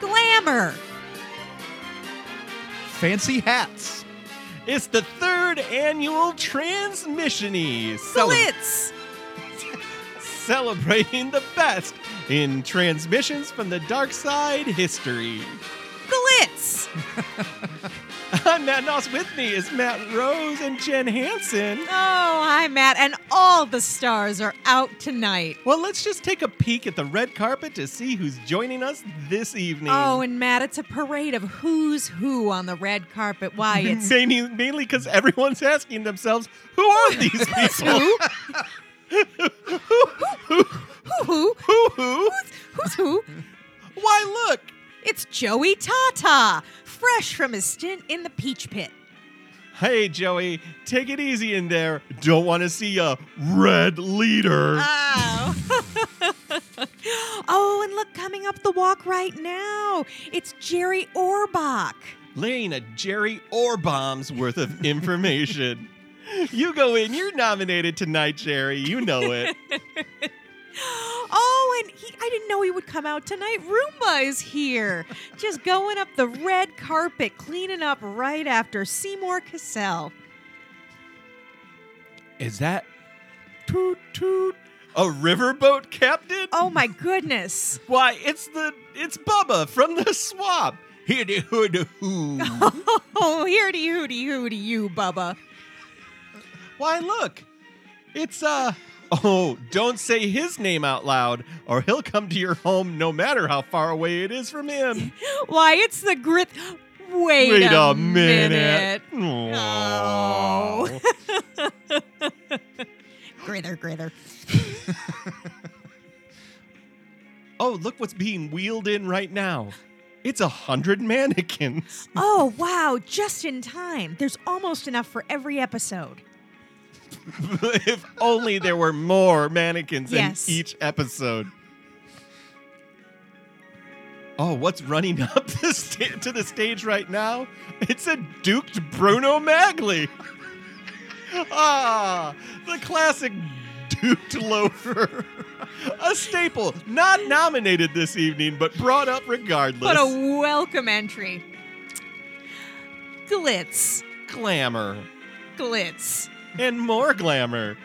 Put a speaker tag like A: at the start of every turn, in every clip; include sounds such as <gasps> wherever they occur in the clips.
A: summer.
B: Fancy hats.
C: It's the third annual Transmissiony cele-
A: Blitz.
C: celebrating the best in transmissions from the dark side history. <laughs>
A: Glitz.
C: I'm Matt Noss. With me is Matt Rose and Jen Hansen.
A: Oh, hi, Matt. And all the stars are out tonight.
C: Well, let's just take a peek at the red carpet to see who's joining us this evening.
A: Oh, and Matt, it's a parade of who's who on the red carpet. Why, it's
C: mainly mainly because everyone's asking themselves,
A: <laughs>
C: who are these <laughs> people?
A: who? Who,
C: who,
A: who?
C: who, who?
A: Who's who?
C: Why, look,
A: It's Joey Tata, fresh from his stint in the Peach Pit.
C: Hey, Joey, take it easy in there. Don't want to see a red
A: Ah,
C: leader.
A: Oh. <laughs> oh, and look, coming up the walk right now, it's Jerry Orbach. <gasps>
C: Laying a Jerry Orbom's worth of information. <laughs> you go in, you're nominated tonight, Jerry. You know it.
A: Oh, and he, I didn't know he would come out tonight. Roomba is here, <laughs> just going up the red carpet, cleaning up right after Seymour Cassell.
B: Is that
C: <laughs> toot, toot. A riverboat captain?
A: Oh, my goodness. <laughs>
C: Why, it's the it's Bubba from the swamp. Hiddy hoodoo. <laughs>
A: Oh, hooty hooty hooty you, Bubba.
C: Why, look, it's uh. Oh, don't say his name out loud, or he'll come to your home no matter how far away it is from him.
A: Why, it's the grit. Wait,
C: Wait
A: a,
C: a minute.
A: minute. <laughs>
C: Oh.
A: Grither, grither.
C: oh, look what's being wheeled in right now. It's a hundred mannequins. <laughs>
A: Oh, wow, just in time. There's almost enough for every episode.
C: if only there were more mannequins
A: Yes.
C: in each episode. Oh, what's running up <laughs> the sta- to the stage right now? It's a duked Bruno Magli. <laughs> ah, the classic duked loafer. <laughs> a staple, not nominated this evening, but brought up regardless.
A: What a welcome entry. Glitz,
C: glamour.
A: glitz.
C: and more glamour.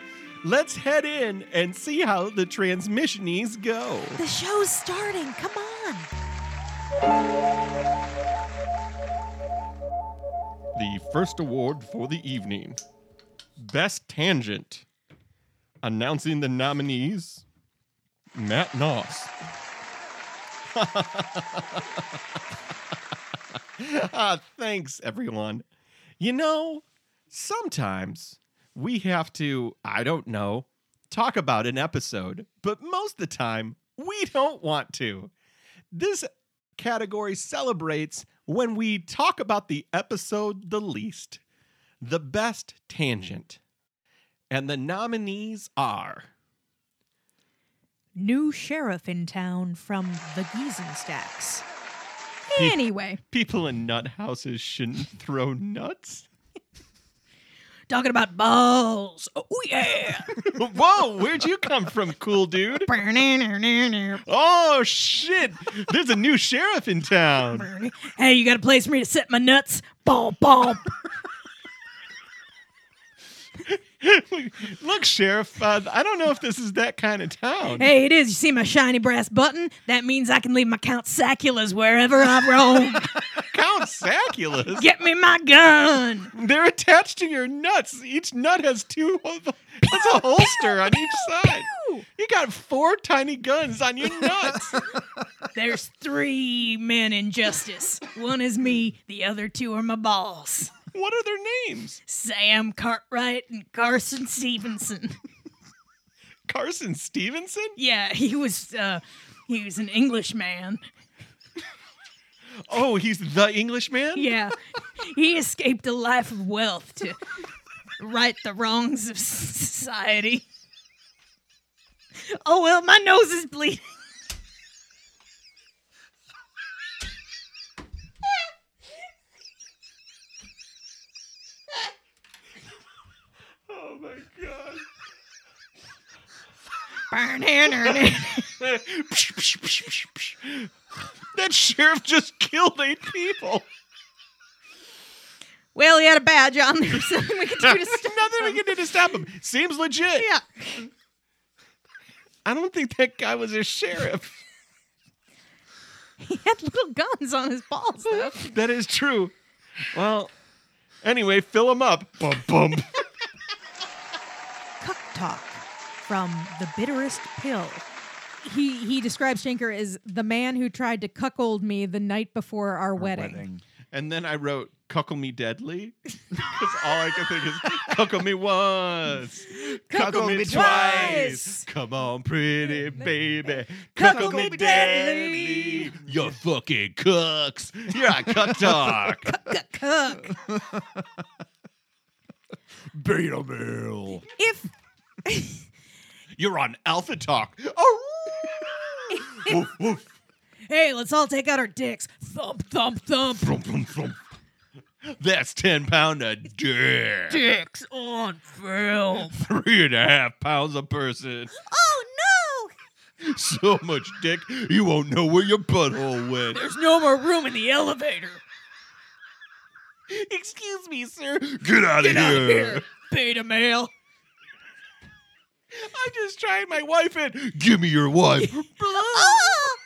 C: Let's head in and see how the transmissionies go.
A: The show's starting. Come on.
C: The first award for the evening Best Tangent. Announcing the nominees Matt Noss. <laughs> Ah, thanks, everyone. You know, sometimes we have to, I don't know, talk about an episode, but most of the time we don't want to. This category celebrates when we talk about the episode the least, the best tangent. And the nominees are
A: New sheriff in town from the Giesenstacks. Anyway,
C: people in nut houses shouldn't throw nuts. <laughs>
A: talking about balls. Oh, yeah.
C: Whoa, where'd you come from, cool dude? Oh shit! There's a new sheriff in town.
A: hey, you got a place for me to set my nuts? Ball, ball.
C: Look, sheriff. Uh, I don't know if this is that kind of
A: <laughs>
C: town.
A: Hey, it is. You see my shiny brass button? That means I can leave my Count Saculas wherever I roam.
C: Count Saculas.
A: Get me my gun.
C: They're attached to your nuts. Each nut has two. <laughs> That's a holster on each side. You got four tiny guns on your
A: <laughs>
C: nuts.
A: There's three men in justice. One is me, the other two are my boss
C: what are their names?
A: Sam Cartwright and Carson Stevenson.
C: Carson Stevenson.
A: Yeah, he was uh he was an Englishman.
C: Oh, he's the Englishman.
A: Yeah. He escaped a life of wealth to right the wrongs of society. Oh well, my nose is bleeding.
C: Oh my god.
A: Burn, burn, burn.
C: Whoa, <laughs> That sheriff just killed eight people.
A: Well, he had a badge on. There's <laughs> nothing we could do to stop
C: <laughs> Nothing we
A: him.
C: can do to stop him. Seems legit.
A: Yeah.
C: I don't think that guy was
A: <laughs>
C: a sheriff.
A: He had little guns on his balls, though.
C: that is true. Well, anyway, fill
A: <laughs>
C: him up. Bum bum.
A: Cook Talk from The Bitterest Pill. He he describes Shanker as the man who tried to cuckold me the night before our, wedding.
C: And then I wrote Cuckle Me Deadly. Because all I can think is Cuckle Me Once. Cuckle, me, twice. Come on, pretty baby. Cuckle,
A: Cuckle
C: me
A: me
C: deadly. You're fucking cooks. You're a cuck talk.
A: Cook.
C: <laughs>
A: <laughs>
C: Beta male.
A: If
C: You're on Alpha Talk. Oh. Woof, woof.
A: hey, let's all take out our dicks. Thump thump thump.
C: Vroom, vroom, vroom. That's 10 pound a dick.
A: Dicks on film.
C: Three and a half pounds a person.
A: Oh no!
C: So much dick, you won't know where your butthole went.
A: There's no more room in the elevator.
C: Excuse me, sir. Get out of
A: outta
C: here.
A: Beta male.
C: I'm just trying my wife in. Give me your wife.
A: <laughs> Oh!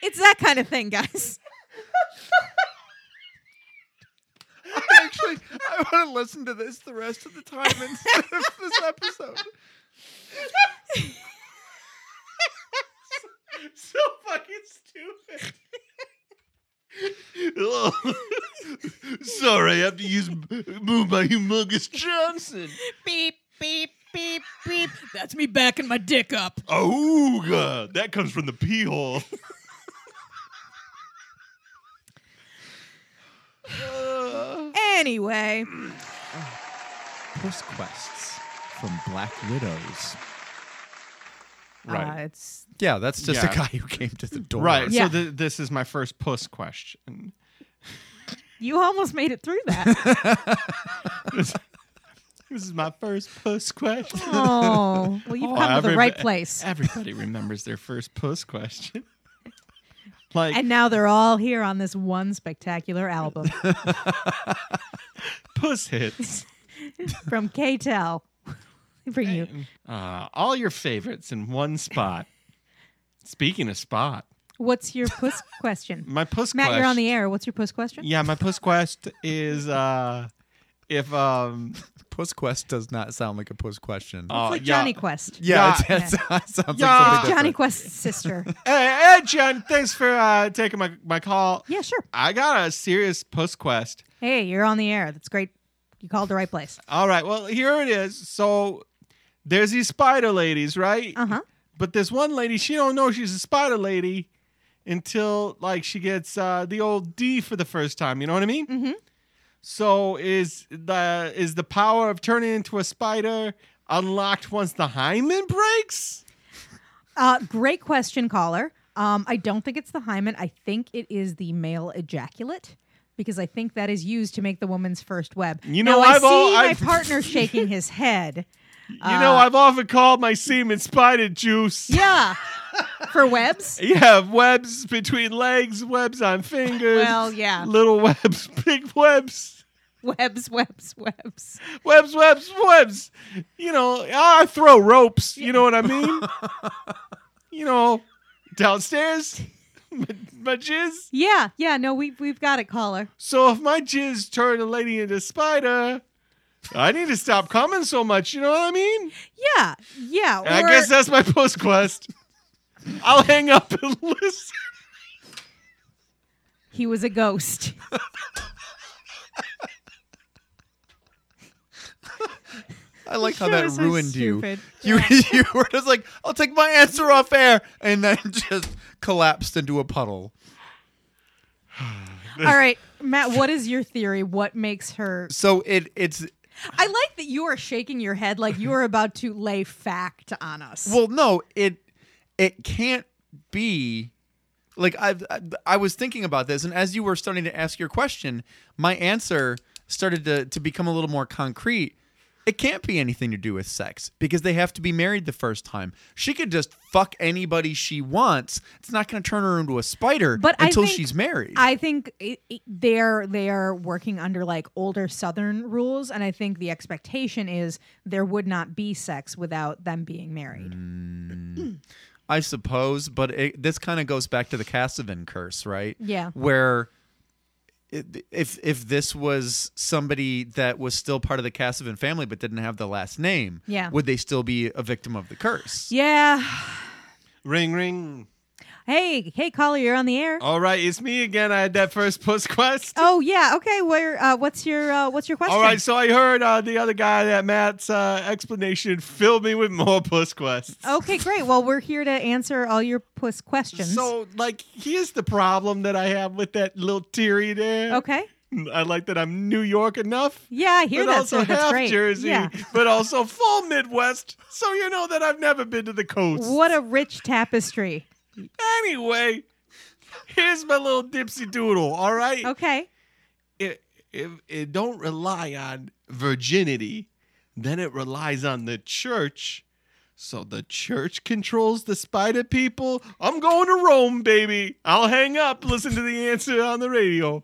A: it's that kind of thing, guys.
B: <laughs> Actually, I want to listen to this the rest of the time instead of this episode.
C: <laughs> so fucking stupid.
B: <laughs>
C: Sorry, I have to use move my humongous Johnson.
A: Beep, beep, beep, beep. That's me backing my dick up.
C: Ooga, Oh, that comes from the pee hole.
A: Anyway,
B: Post quests from Black Widows.
C: Right.
A: uh, it's
B: Yeah, that's just
C: Yeah.
B: a guy who came to the door.
C: Right.
A: Yeah.
C: So th- this is my first puss question.
A: you almost made it through that.
C: <laughs> this this is my first puss question.
A: oh, well, you've
C: Oh,
A: come to the
C: everyb-
A: right place.
C: Everybody remembers their first puss question. Like
A: <laughs> And now they're all here on this one spectacular
C: <laughs>
A: album
C: puss hits.
A: from KTEL. Bring you
C: Uh, all your favorites in one spot. Speaking of spot,
A: What's your puss
C: <laughs>
A: question?
C: my puss
A: Matt,
C: quest.
A: you're on the air. What's your puss question?
C: Yeah, my puss quest is uh if um
B: Post quest does not sound like a post question.
A: It's
C: uh,
A: like
C: yeah.
A: Johnny Quest.
B: yeah,
C: yeah.
B: it sounds like
C: Yeah.
B: something
A: Johnny
B: different.
A: Quest's
C: <laughs>
A: sister.
C: Hey, hey Jen, thanks for uh taking my my call.
A: yeah, sure.
C: I got a serious puss quest.
A: Hey, you're on the air. That's great. You called the right place.
C: All right. Well, here it is. So there's these spider ladies, right?
A: Uh huh.
C: But this one lady, she don't know she's a spider lady until like she gets uh, the old D for the first time. You know what I mean?
A: Mhm.
C: So is the is the power of turning into a spider unlocked once the hymen breaks?
A: Uh, great question, caller. Um, I don't think it's the hymen. I think it is the male ejaculate because I think that is used to make the woman's first web.
C: You know,
A: now, I
C: I've
A: see
C: al-
A: my
C: I've-
A: partner
C: <laughs>
A: shaking his head.
C: you know,
A: Uh.
C: I've often called my semen spider juice.
A: <laughs>
C: <laughs>
A: Yeah, for webs.
C: You have webs between legs, webs on fingers.
A: Well, yeah.
C: Little <laughs> webs, big webs.
A: Webs, webs, webs.
C: webs, webs, webs. You know, I throw ropes. You know what I <laughs> mean? you know, downstairs, <laughs> my, my jizz.
A: Yeah, yeah. No, we we've got it, caller.
C: So if my jizz turned a lady into a spider, I need to stop coming so much. You know what I mean?
A: Yeah, yeah.
C: And I
A: or-
C: guess that's my post quest. I'll hang up and <laughs> listen.
A: he was a
C: <laughs>
A: ghost.
B: I like how
A: Sure
B: that
A: is so
B: ruined
A: stupid.
B: you. You <laughs> you were just like, I'll take my answer off air, and then <laughs> just collapsed into a puddle.
A: All right, Matt. What is your theory? What makes her?
B: So it it's
A: I like that you are shaking your head like you are about to lay fact on us.
B: Well, no, it it can't be like I I was thinking about this, and as you were starting to ask your question, my answer started to to become a little more concrete. It can't be anything to do with sex because they have to be married the first time. She could just fuck anybody she wants. It's not going to turn her into a spider
A: But I
B: until
A: think-
B: she's married.
A: I think it, it- they're they're working under like older Southern rules, and I think the expectation is there would not be sex without them being married.
C: Mm.
B: I suppose, but it, this kind of goes back to the Cassivan curse, right?
A: Yeah.
B: Where it- if if this was somebody that was still part of the Cassivan family but didn't have the last name,
A: Yeah.
B: would they still be a victim of the curse?
A: Yeah.
C: Ring, ring.
A: Hey, hey, caller, you're on the air.
C: All right, it's me again. I had that first post quest.
A: Oh yeah. Okay. Where? Uh, what's your uh, What's your question?
C: All right, so I heard uh, the other guy that Matt's uh, explanation filled me with more puss quests.
A: Okay, great. Well, we're here to answer all your puss questions.
C: So, like, here's the problem that I have with that little teary there.
A: okay.
C: I like that I'm New York enough,
A: Yeah, I hear
C: but
A: that.
C: also
A: so that's
C: half
A: great.
C: Jersey,
A: Yeah.
C: but also full Midwest. So you know that I've never been to the coast.
A: What a rich tapestry.
C: Anyway, here's my little dipsy doodle. All right.
A: Okay.
C: it, it, it don't rely on virginity, then it relies on the church. So the church controls the spider people. I'm going to Rome, baby. I'll hang up. Listen to the answer on the radio.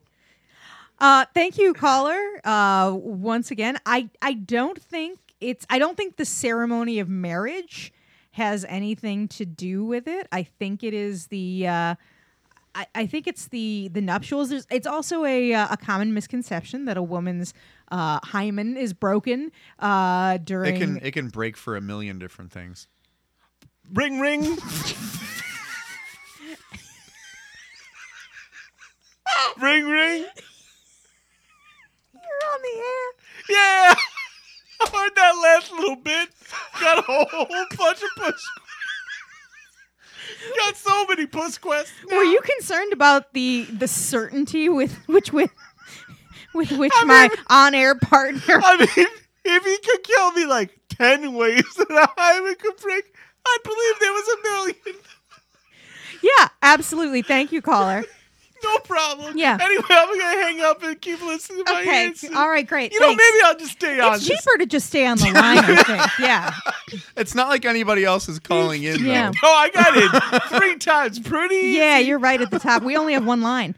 A: Uh, thank you, caller. Uh, once again, I I don't think it's I don't think the ceremony of marriage has anything to do with it. I think it is the uh, I, I think it's the the nuptials. There's, it's also a uh, a common misconception that a woman's uh, hymen is broken uh, during.
B: It can it can break for a million different things.
C: Ring, ring. <laughs> ring, ring.
A: You're on the air.
C: Yeah. I heard that last little bit. Got a whole bunch of push. <laughs> Got so many push quests.
A: Were you concerned about the the certainty with which with with which
C: I mean-
A: my on air partner?
C: I mean, if he could kill me like 10 ways <laughs> that a hymen could break, I'd believe there was a million. <laughs>
A: yeah, absolutely. Thank you, caller.
C: No problem.
A: Yeah.
C: Anyway, I'm going to hang up and keep listening to my
A: Okay,
C: answer.
A: all right, great.
C: You know,
A: thanks.
C: maybe I'll just stay on.
A: it's cheaper to just stay on
B: <laughs>
A: the line. I think. Yeah,
B: It's not like anybody else is calling in. though.
A: Yeah.
C: Oh, I got
A: <laughs>
C: it. Three times. Pretty.
A: yeah, you're right at the top. We only have one line.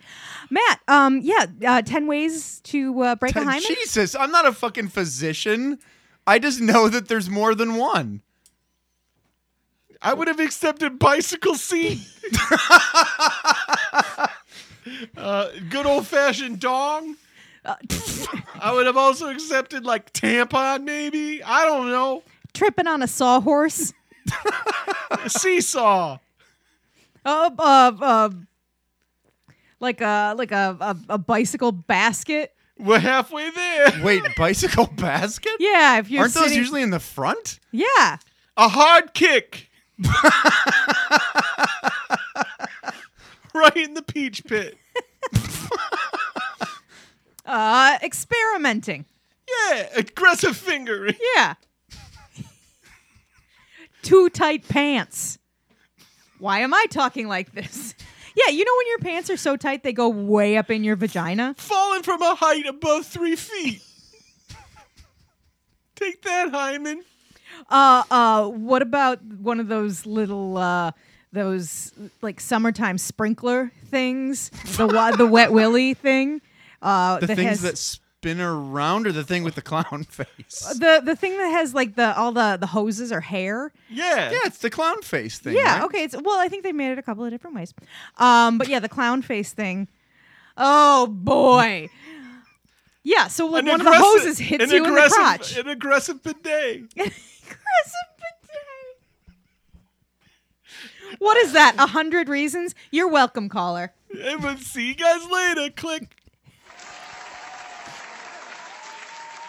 A: Matt, um, yeah, uh, ten ways to uh, break a hymen.
B: Jesus, I'm not a fucking physician. I just know that there's more than one.
C: I would have accepted bicycle seat.
A: <laughs>
C: <laughs> uh, good old fashioned dong.
A: Uh, <laughs>
C: I would have also accepted like tampon, maybe. I don't know.
A: tripping on a sawhorse. <laughs>
C: A seesaw.
A: Uh, uh, uh, like a like a, a a bicycle basket.
C: We're halfway there.
A: <laughs>
B: Wait, bicycle basket?
A: Yeah, if you're
B: Aren't those
A: sitting-
B: usually in the front?
A: Yeah.
C: A hard kick.
A: <laughs>
C: right in the peach pit.
A: Uh, experimenting.
C: Yeah, aggressive fingering.
A: Yeah. Too tight pants. Why am I talking like this? Yeah, you know when your pants are so tight they go way up in your vagina?
C: Falling from a height above three feet. Take that, Hyman.
A: Uh uh what about one of those little uh those like summertime sprinkler things? The wa- the wet willy thing? Uh
B: The
A: that
B: things
A: has-
B: that spin around or the thing with the clown <laughs> face?
A: the the thing that has like the all the the hoses or hair.
C: Yeah.
B: yeah, it's the clown face thing.
A: Yeah,
B: right?
A: okay. It's well, I think they made it a couple of different ways. Um, but yeah, the clown face thing. Oh boy. Yeah, so like one of the
C: aggressive-
A: hoses hits
C: an
A: you in the
C: aggressive-
A: crotch. <laughs>
C: An aggressive bidet.
A: Aggressive bidet. What is that? A hundred reasons? You're welcome, caller.
C: And we'll see you guys later. Click.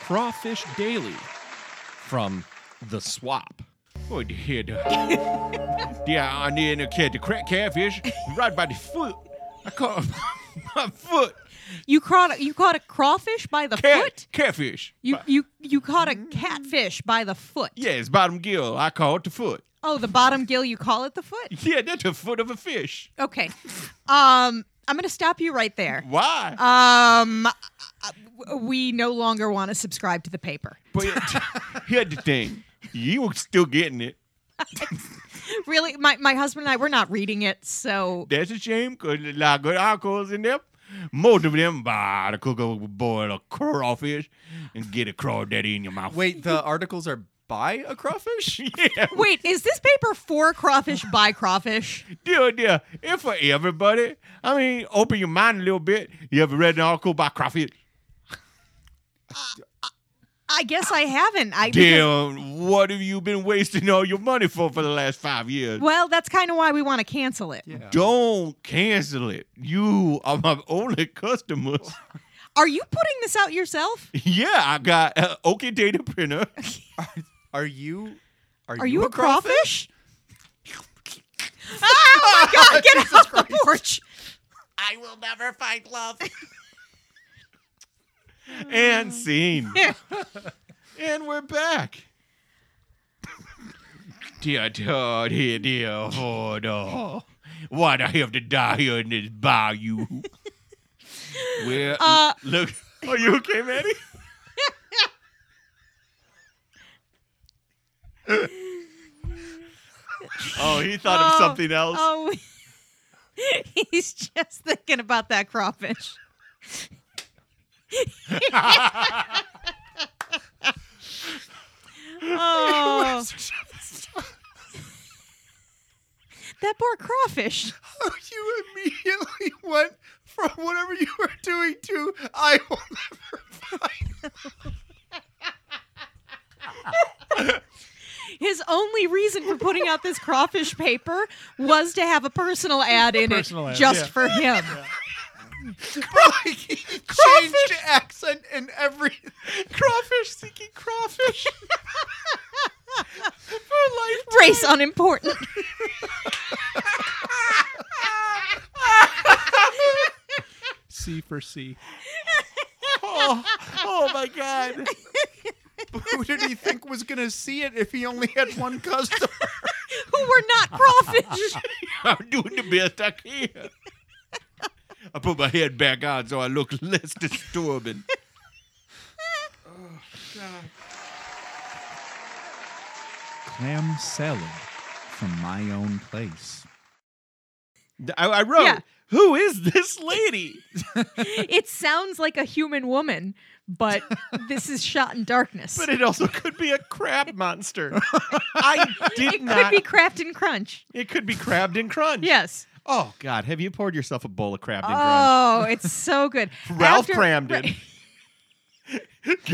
C: Crawfish Daily from The Swap. Oh, dear. yeah, on the inner kid, the crack catfish, right by the foot. I caught <laughs> my foot.
A: You caught a, you caught a crawfish by the
C: Cat,
A: foot.
C: Catfish.
A: You you you caught a catfish by the foot.
C: Yeah, it's bottom gill. I call it the foot.
A: Oh, the bottom gill. You call it the foot.
C: Yeah, that's the foot of a fish.
A: Okay. Um, I'm gonna stop you right there.
C: Why?
A: Um, uh, w- we no longer want to subscribe to the paper.
C: But
A: <laughs>
C: here's the thing you were still getting it.
A: Really, my, my husband and I, we're not reading it, so
C: That's a shame because there's a lot of good articles in there. Most of them by the cook a boil a crawfish and get a crawdaddy in your mouth.
B: Wait, the articles are by a crawfish?
C: <laughs> Yeah,
A: Wait, is this paper for crawfish by crawfish?
C: dear, dear. It's for everybody. I mean, open your mind a little bit. You ever read an article by crawfish?
A: I guess I haven't. I because-
C: Damn, what have you been wasting all your money for for the last five years?
A: well, that's kind of why we want to cancel it.
C: Don't cancel it. You are my only customers. <laughs>
A: Are you putting this out yourself?
C: yeah, I got uh, OK Data Printer.
B: Are you?
A: Are you, a crawfish? <laughs> oh my god, <laughs> get off the porch.
C: I will never find
A: <laughs>
C: love. and scene.
A: Here.
C: And we're back. Dear, dear, dear, dear, oh no. Why do I have to die here in this bayou? Where,
A: Uh,
C: look, are you
A: <laughs>
C: okay, Maddie? oh, he thought of
A: Oh,
C: something else.
A: Oh, <laughs> he's just thinking about that
D: <laughs>
A: crawfish. oh, that poor crawfish.
B: you immediately went from whatever you were doing to I will never find.
A: His only reason for putting out this crawfish paper was to have a personal ad in
D: Personal
A: it
D: ad,
A: just
D: yeah.
A: for him.
B: Like, <laughs> he changed accent and everything.
C: crawfish seeking crawfish.
A: Race unimportant. <laughs>
D: C for C.
C: oh, <laughs> oh my god.
B: <laughs> Who did he think was gonna see it if he only had one customer?
A: Who were not crawfish.
C: I'm doing the best I can. I put my head back on so I look less disturbing.
B: Clam salad from my own place.
C: I, I wrote,
A: Yeah.
C: Who is this lady?
A: it sounds like a human woman,
C: <laughs>
A: but this is shot in darkness.
C: <laughs> But it also could be a crab monster. I did
A: it
C: not.
A: could be Kraft and Crunch.
C: it could be crabbed and crunch.
A: Yes.
C: Oh, God. Have you poured yourself a bowl of crabbed and crunch?
A: Oh, it's so good.
C: <laughs> Ralph
A: After-
C: Cramden.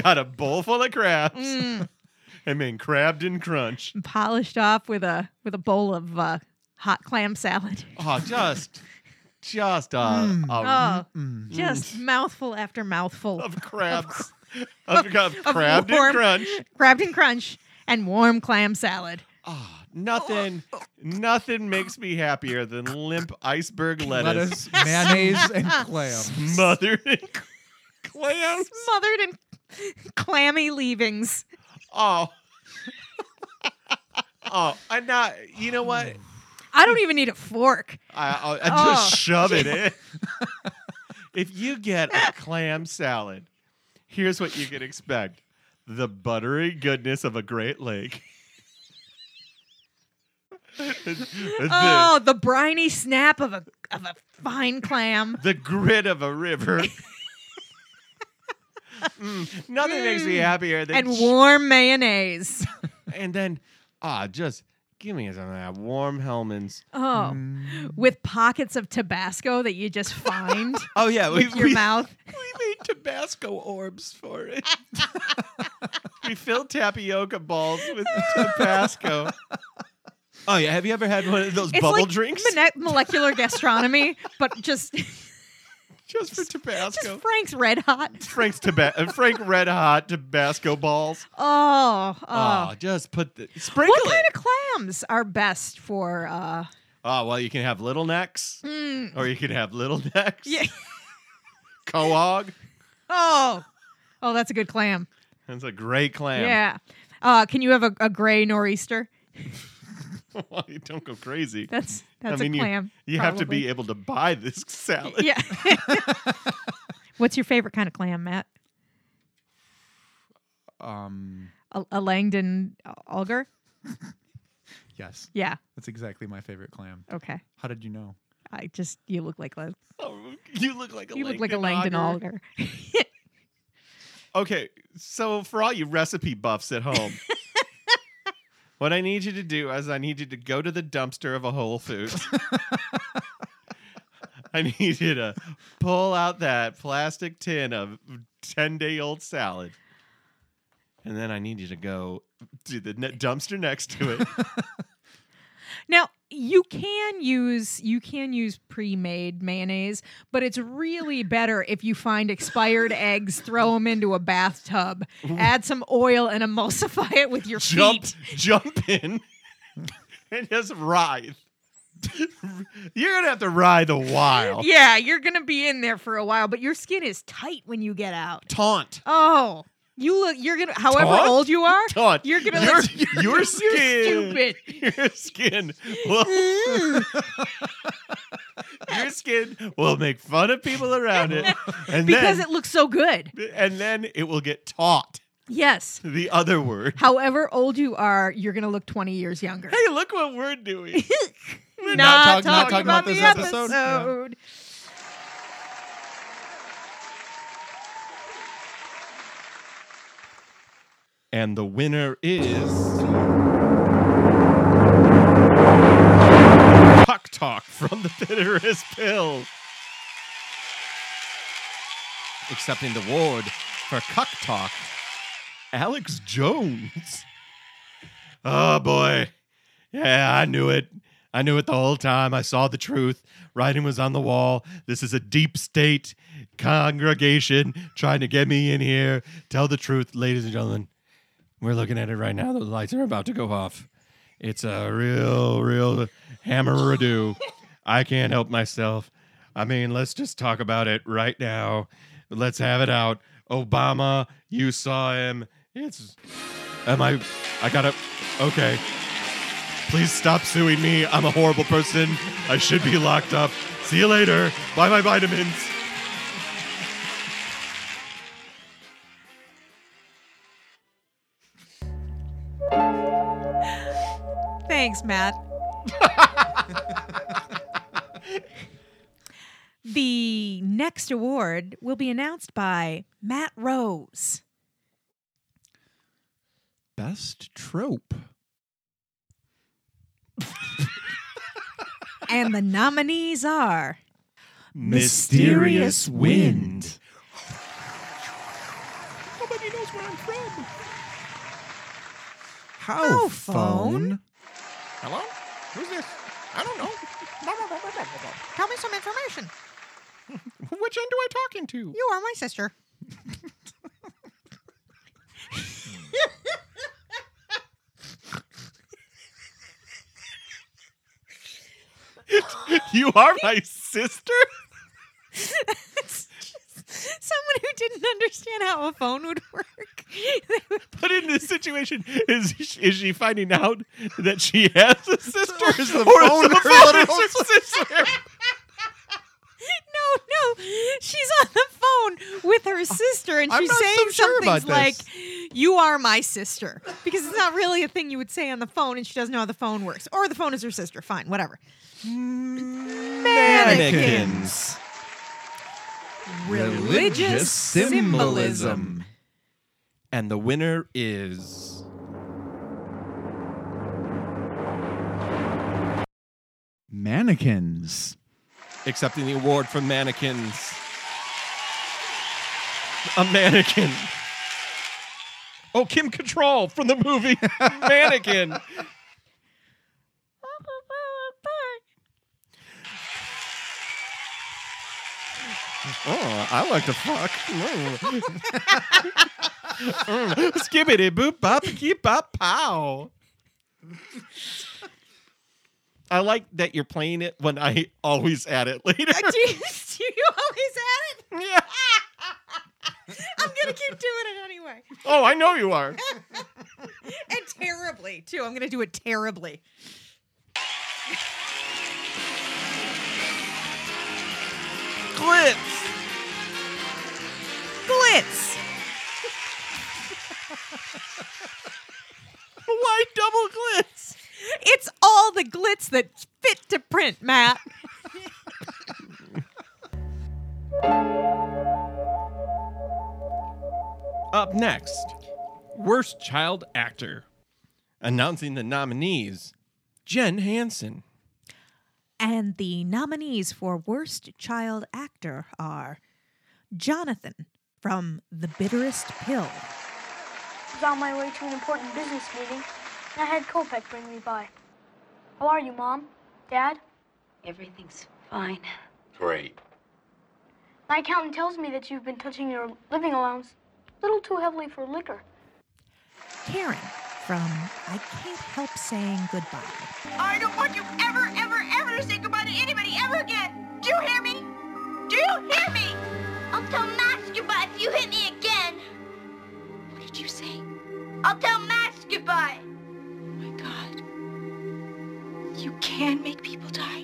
C: Got a bowl full of crabs.
A: Mm,
C: <laughs> I mean, crabbed and crunch.
A: <laughs> polished off with a with a bowl of uh, hot clam salad.
C: Oh, just, just a,
B: Mm.
C: a
A: Oh, just mouthful after mouthful
C: of crabs. Of, <laughs>
A: <laughs>
C: of,
A: of
C: crabbed
A: warm-
C: and crunch.
A: Kraft and Crunch and warm clam
C: <laughs>
A: salad.
C: Ah, nothing, nothing makes me happier than limp iceberg lettuce,
D: Lettuce, mayonnaise, and clam.
C: smothered in c- clams.
A: Smothered in <laughs> clammy leavings.
C: <laughs> Oh, oh, I'm not. You know what?
A: I don't even need a fork.
C: I, I, I just
A: Oh.
C: shove
A: <laughs>
C: it in. <laughs> if you get a clam salad, here's what you can expect: the buttery goodness of a Great Lake. <laughs> <laughs> the,
A: Oh, the briny snap of a of a fine clam.
C: the grit of
A: <laughs>
C: a river. Mm, nothing makes me
A: Mm.
C: happier than
A: And warm mayonnaise.
C: and then ah, just give me some of that warm Hellman's.
A: <laughs> Oh,
C: Mm.
A: with pockets of Tabasco that you just find
C: <laughs> Oh yeah, we,
A: with your mouth.
C: We made Tabasco orbs for it. <laughs> we filled tapioca balls with Tabasco. Oh yeah, have you ever had one of those
A: It's
C: bubble
A: like
C: drinks
A: mone- molecular gastronomy,
C: <laughs>
A: but just
C: just for
A: just
C: Tabasco?
A: Frank's Red Hot.
C: Frank's Taba- uh, Frank Red Hot Tabasco balls.
A: Oh, oh.
C: Oh, just put the sprinkle
A: what
C: it.
A: kind of clams are best for?
C: <laughs>
A: uh
C: oh well, you can have little necks,
A: mm,
C: or you can have little <laughs> necks.
A: yeah.
C: Coog.
A: <laughs> Oh, oh, that's a good clam.
C: That's a great clam.
A: Yeah. Uh, can you have a, a gray nor'easter?
C: Well, you <laughs> don't go crazy.
A: That's that's
C: I mean,
A: a
C: you-
A: clam.
C: You, have to be able to buy this <laughs>
A: <laughs>
C: salad.
A: Yeah. What's your favorite kind of clam, Matt?
B: um,
A: a, a Langdon Alger.
B: yes,
A: Yeah.
B: that's exactly my favorite clam.
A: Okay.
B: How did you know?
A: I just you look like a
C: <laughs> Oh, you look like a
A: you look
C: Langdon
A: like a Langdon
C: auger.
A: Alger.
C: Okay, so for all you recipe buffs
A: <laughs>
C: at home, what I need you to do is I need you to go to the dumpster of a Whole Foods.
A: <laughs>
C: I need you to pull out that plastic tin of 10 day old salad. And then I need you to go to the ne- dumpster next to
A: <laughs>
C: it.
A: Now you can use you can use pre-made mayonnaise, but it's really better if you find
C: <laughs>
A: expired eggs, throw them into a bathtub, add some oil, and emulsify it with your
C: jump,
A: feet.
C: jump in, <laughs> and just writhe. <laughs> You're gonna have to writhe a while.
A: Yeah, you're gonna be in there for a while, but your skin is tight when you get out.
C: Taunt,
A: Oh, you look you're gonna however
C: Taunt?
A: old you are,
C: taunt.
A: <laughs> you're gonna
C: your,
A: look
C: your, skin.
A: stupid.
C: <laughs> Your <laughs> skin. Will, <laughs>
A: Ooh.
C: your skin will make fun of people around <laughs> it, and
A: because
C: then
A: it looks so good.
C: and then it will get taught.
A: Yes.
C: The other word.
A: However old you are, you're gonna look 20 years younger.
C: Hey, look what we're doing.
A: We're
B: not talk- not talking about this episode?
C: And the winner is. Puck Talk from the Bitterest Pill. Accepting the award for Cuck Talk, Alex Jones. Oh boy. Yeah, I knew it. I knew it the whole time. I saw the truth. Writing was on the wall. This is a deep state congregation trying to get me in here. Tell the truth, ladies and gentlemen. We're looking at it right now. The lights are about to go off. It's a real, real hammer ado. I can't help myself. I mean, let's just talk about it right now. Let's have it out. Obama, you saw him. It's. Am I. I gotta. Okay. Please stop suing me. I'm a horrible person. I should be locked up. See you later. Buy my vitamins.
A: Thanks, <laughs> Matt. the next award will be announced by Matt Rose.
B: Best trope.
A: And the nominees are
C: Mysterious wind.
B: Nobody knows where I'm from.
A: No phone.
B: How phone?
C: Hello? Who's this? I don't know.
A: Tell me some information.
C: <laughs> Which end do I talking to? <laughs>
A: You are my sister.
C: You are my <laughs> sister?
A: <laughs> Someone who didn't understand how a phone would work. <laughs> They would
C: But in this situation, is is she finding out that she has a sister?
B: Or
C: <laughs>
B: is the phone
C: is the
B: her
C: phone
B: little
C: her <laughs> sister?
A: No, no. She's on the phone with her sister and
B: I'm
A: she's
B: not so
A: saying something
B: sure about
A: like,
B: this.
A: You are my sister. Because it's not really a thing you would say on the phone and she doesn't know how the phone works. Or the phone is her sister. Fine, whatever.
C: Mannequins.
A: Religious symbolism.
C: And the winner is.
B: Mannequins.
C: accepting the award from mannequins. A mannequin. Oh, Kim Cattrall from the <laughs> movie Mannequin. Oh, I like to fuck. Mm. <laughs> Mm. Skibbity boop bop keep up pow. I like that you're playing it when I always add it later.
A: Uh, do, you, <laughs> do you always add it?
C: <laughs> Yeah.
A: I'm going to keep doing it anyway.
C: Oh, I know you are.
A: And terribly, too. I'm going to do it terribly.
C: Glitz.
A: Glitz.
C: Why double glitz?
A: It's all the glitz that's fit to print, Matt.
C: Up next, Worst Child Actor. Announcing the nominees Jen Hansen,
A: And the nominees for Worst Child Actor are Jonathan from The Bitterest Pill,
E: was on my way to an important business meeting, and I had Kopeck bring me by. How are you, Mom? Dad?
F: Everything's fine.
G: Great.
E: My accountant tells me that you've been touching your living allowance a little too heavily for liquor.
A: Karen from I Can't Help Saying Goodbye.
H: I don't want you ever, ever, ever to say goodbye to anybody ever again. Do you hear me? Do you hear me? I'll tell Max goodbye if you hit me again.
F: What did you say?
H: I'll tell Max goodbye.
F: Oh my god. You can make people die.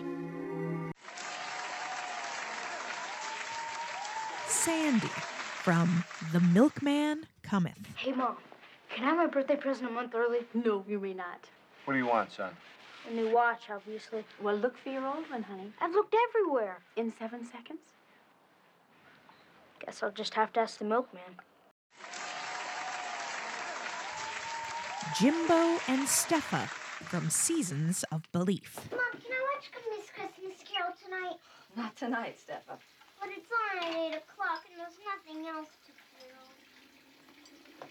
A: Sandy from The Milkman Cometh.
E: Hey, Mom, can I have my birthday present a month early?
I: No, you may not.
G: What do you want, son?
E: A new watch, obviously.
I: Well, look for your old one, honey.
E: I've looked everywhere.
I: In seven seconds.
E: Guess I'll just have to ask the milkman.
A: Jimbo and Steffa from Seasons of Belief.
J: Mom, can I watch Miss Christmas Carol tonight?
F: Not tonight, Steffa.
J: But it's on at 8 o'clock and there's nothing else to do.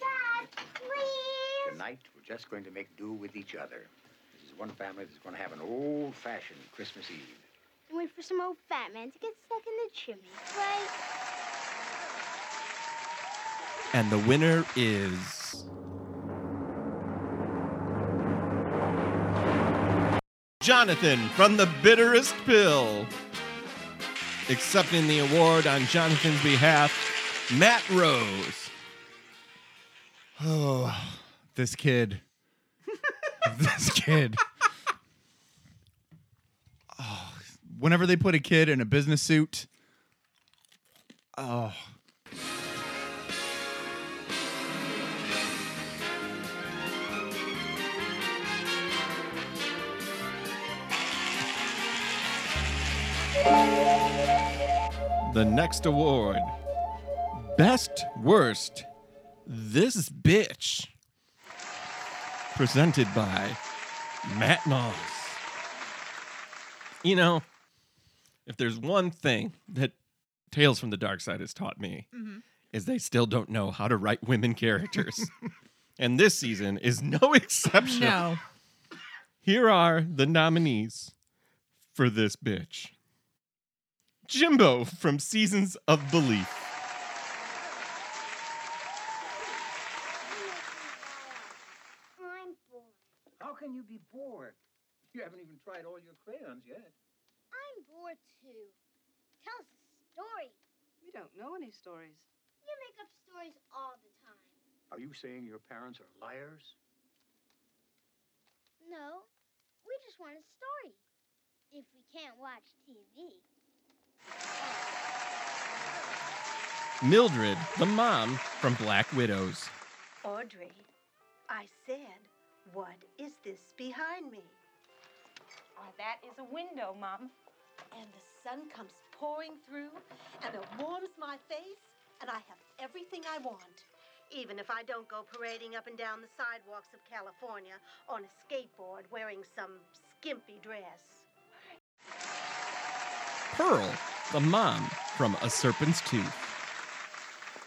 J: Dad, please!
G: Tonight, we're just going to make do with each other. This is one family that's going to have an old fashioned Christmas Eve.
J: And wait for some old fat man to get stuck in the chimney. Right?
C: and the winner is. Jonathan from The Bitterest Pill. Accepting the award on Jonathan's behalf, Matt Rose.
B: Oh, this <laughs> kid. this kid. Oh, whenever they put a kid in a business suit. Oh.
C: The next award Best Worst This Bitch. Presented by Matt Moss. You know, if there's one thing that Tales from the Dark Side has taught me, is they still don't know how to write women characters. and this season is no exception.
A: No.
C: Here are the nominees for this bitch Jimbo from Seasons of Belief,
J: I'm bored.
G: How can you be bored? You haven't even tried all your crayons yet.
J: I'm bored too. Tell us a story.
F: We don't know any stories.
J: You make up stories all the time.
G: Are you saying your parents are liars?
J: No, we just want a story. If we can't watch TV.
C: Mildred, the mom from Black Widows.
I: Audrey, I said, what is this behind me?
H: Oh, that is a window, Mom.
I: And the sun comes pouring through, and it warms my face, and I have everything I want. Even if I don't go parading up and down the sidewalks of California on a skateboard wearing some skimpy dress.
C: Pearl, the mom from A Serpent's Tooth.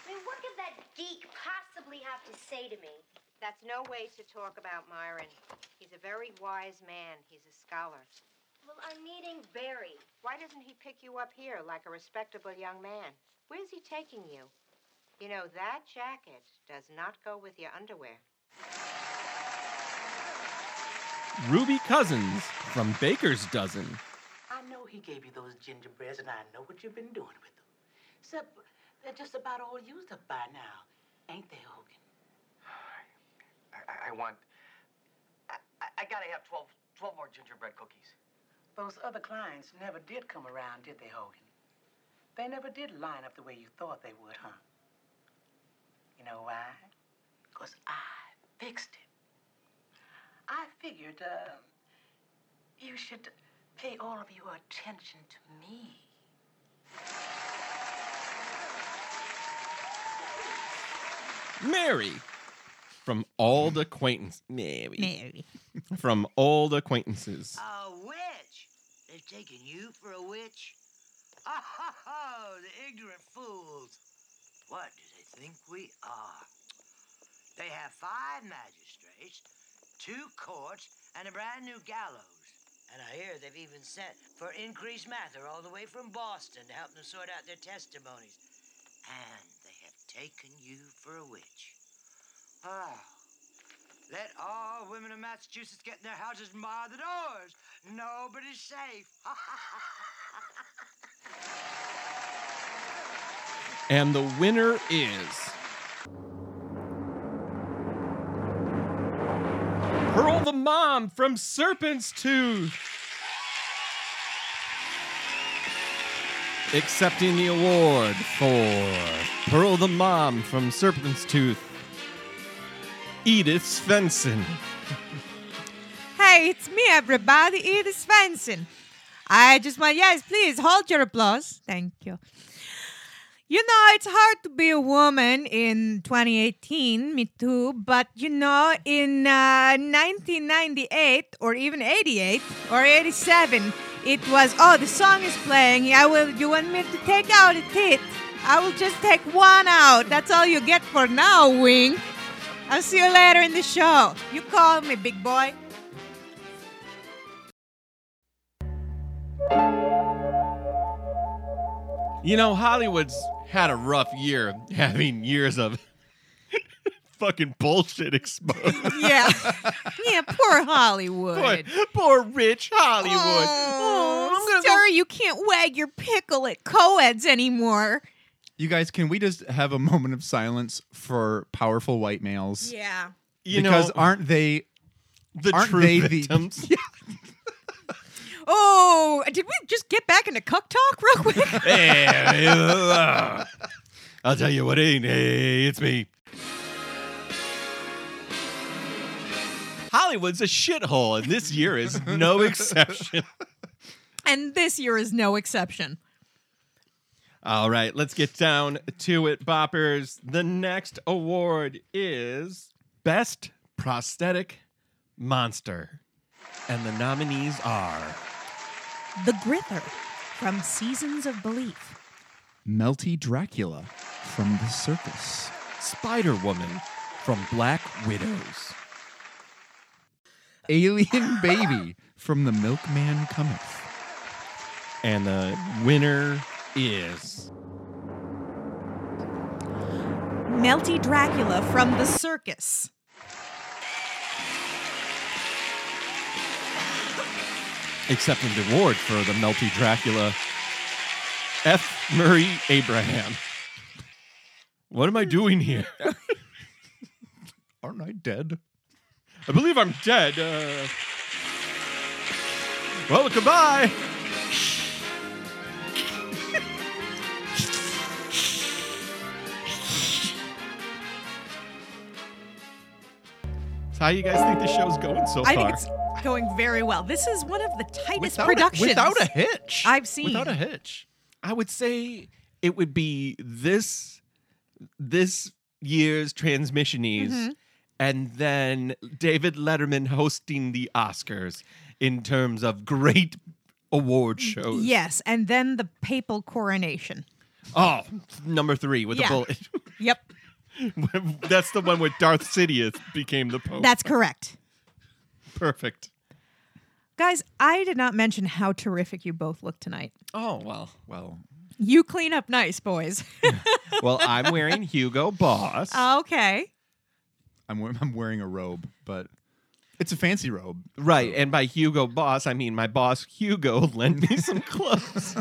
J: I mean, what could that geek possibly have to say to me?
I: That's no way to talk about Myron. He's a very wise man. He's a scholar.
J: Well, I'm needing
I: Barry, why doesn't he pick you up here like a respectable young man? Where's he taking you? You know, that jacket does not go with your underwear.
C: Ruby Cousins from Baker's Dozen.
K: I know he gave you those gingerbreads, and I know what you've been doing with them. Except they're just about all used up by now, ain't they, Hogan?
G: <sighs> I, I want. I, I- I gotta have 12, 12 more gingerbread cookies.
K: Those other clients never did come around, did they, Hogan? They never did line up the way you thought they would, huh? You know why?
E: figured uh, you should pay all of your attention to me.
C: Mary from old acquaintance. Mary.
L: Mary.
C: From old acquaintances.
K: A witch? They've taken you for a witch? Ah ha ha! The ignorant fools. What do they think we are? They have five magistrates, two courts, and a brand new gallows. And I hear they've even sent for Increase Mather all the way from Boston to help them sort out their testimonies. And they have taken you for a witch. Ah. Let all women of Massachusetts get in their houses and bar the doors. Nobody's safe.
C: And the winner is. Pearl the Mom from Serpent's Tooth. Accepting the award for Pearl the Mom from Serpent's Tooth, Edith Svensson.
A: Hey, it's me, everybody. Edith Svensson. I just want, yes, please hold your applause. Thank you. You know, it's hard to be a woman in 2018, me too, but you know, in uh, 1998 or even 88 or 87, it was, oh, the song is playing. I will, you want me to take out a tit? I will just take one out. That's all you get for now, Wink. I'll see you later in the show. You call me, big boy.
C: You know, Hollywood's had a rough year <laughs> having years of <laughs> fucking bullshit exposed.
A: Yeah. <laughs> yeah, poor Hollywood.
C: Poor, <laughs> poor rich Hollywood.
A: Oh, sorry, you can't wag your pickle at co-eds anymore.
B: You guys, can we just have a moment of silence for powerful white males?
A: Yeah.
C: You
B: because
C: know-
B: aren't they
C: the
B: aren't
C: true
B: they
C: victims?
B: <laughs> The,
A: Oh, did we just get back into cuck talk real quick?
C: <laughs> I'll tell you what ain't. Hey, it's me. Hollywood's a shithole, and this year is
B: <laughs>
C: no exception.
A: and this year is no exception.
C: All right, let's get down to it, boppers. The next award is Best Prosthetic Monster. And the nominees are
L: The Grither from Seasons of Belief.
B: Melty Dracula from the circus.
C: Spider Woman from Black Widows.
B: Alien <laughs> Baby from The Milkman Cometh.
C: And the winner is
L: Melty Dracula from the circus.
C: accepting the award for the Melty Dracula, F. Murray Abraham. What am I doing here? <laughs> Aren't I dead? I believe I'm dead. Uh, well, goodbye. So How you guys think the show's going so
L: I
C: far?
L: think it's going very well. This is one of the tightest
C: Without a-
L: productions
C: without a hitch.
L: I've seen.
C: Without a hitch. I would say it would be this this year's transmissionees
L: Mm-hmm.
A: Mhm.
C: and then David Letterman hosting the Oscars in terms of great award shows.
L: Yes, and then the papal coronation.
C: Oh, number 3 with
L: Yeah.
C: a bullet. <laughs>
L: Yep,
C: That's the one where Darth Sidious became the pope.
L: that's correct.
C: perfect.
L: Guys, I did not mention how terrific you both look tonight.
C: Oh, well. Well,
L: You clean up nice, boys. <laughs>
C: well, I'm wearing Hugo Boss.
L: Oh, okay.
B: I'm, we- <laughs> I'm wearing a robe, but it's a fancy robe.
C: Right, and by Hugo Boss, I mean my boss Hugo <laughs> lent me some clothes.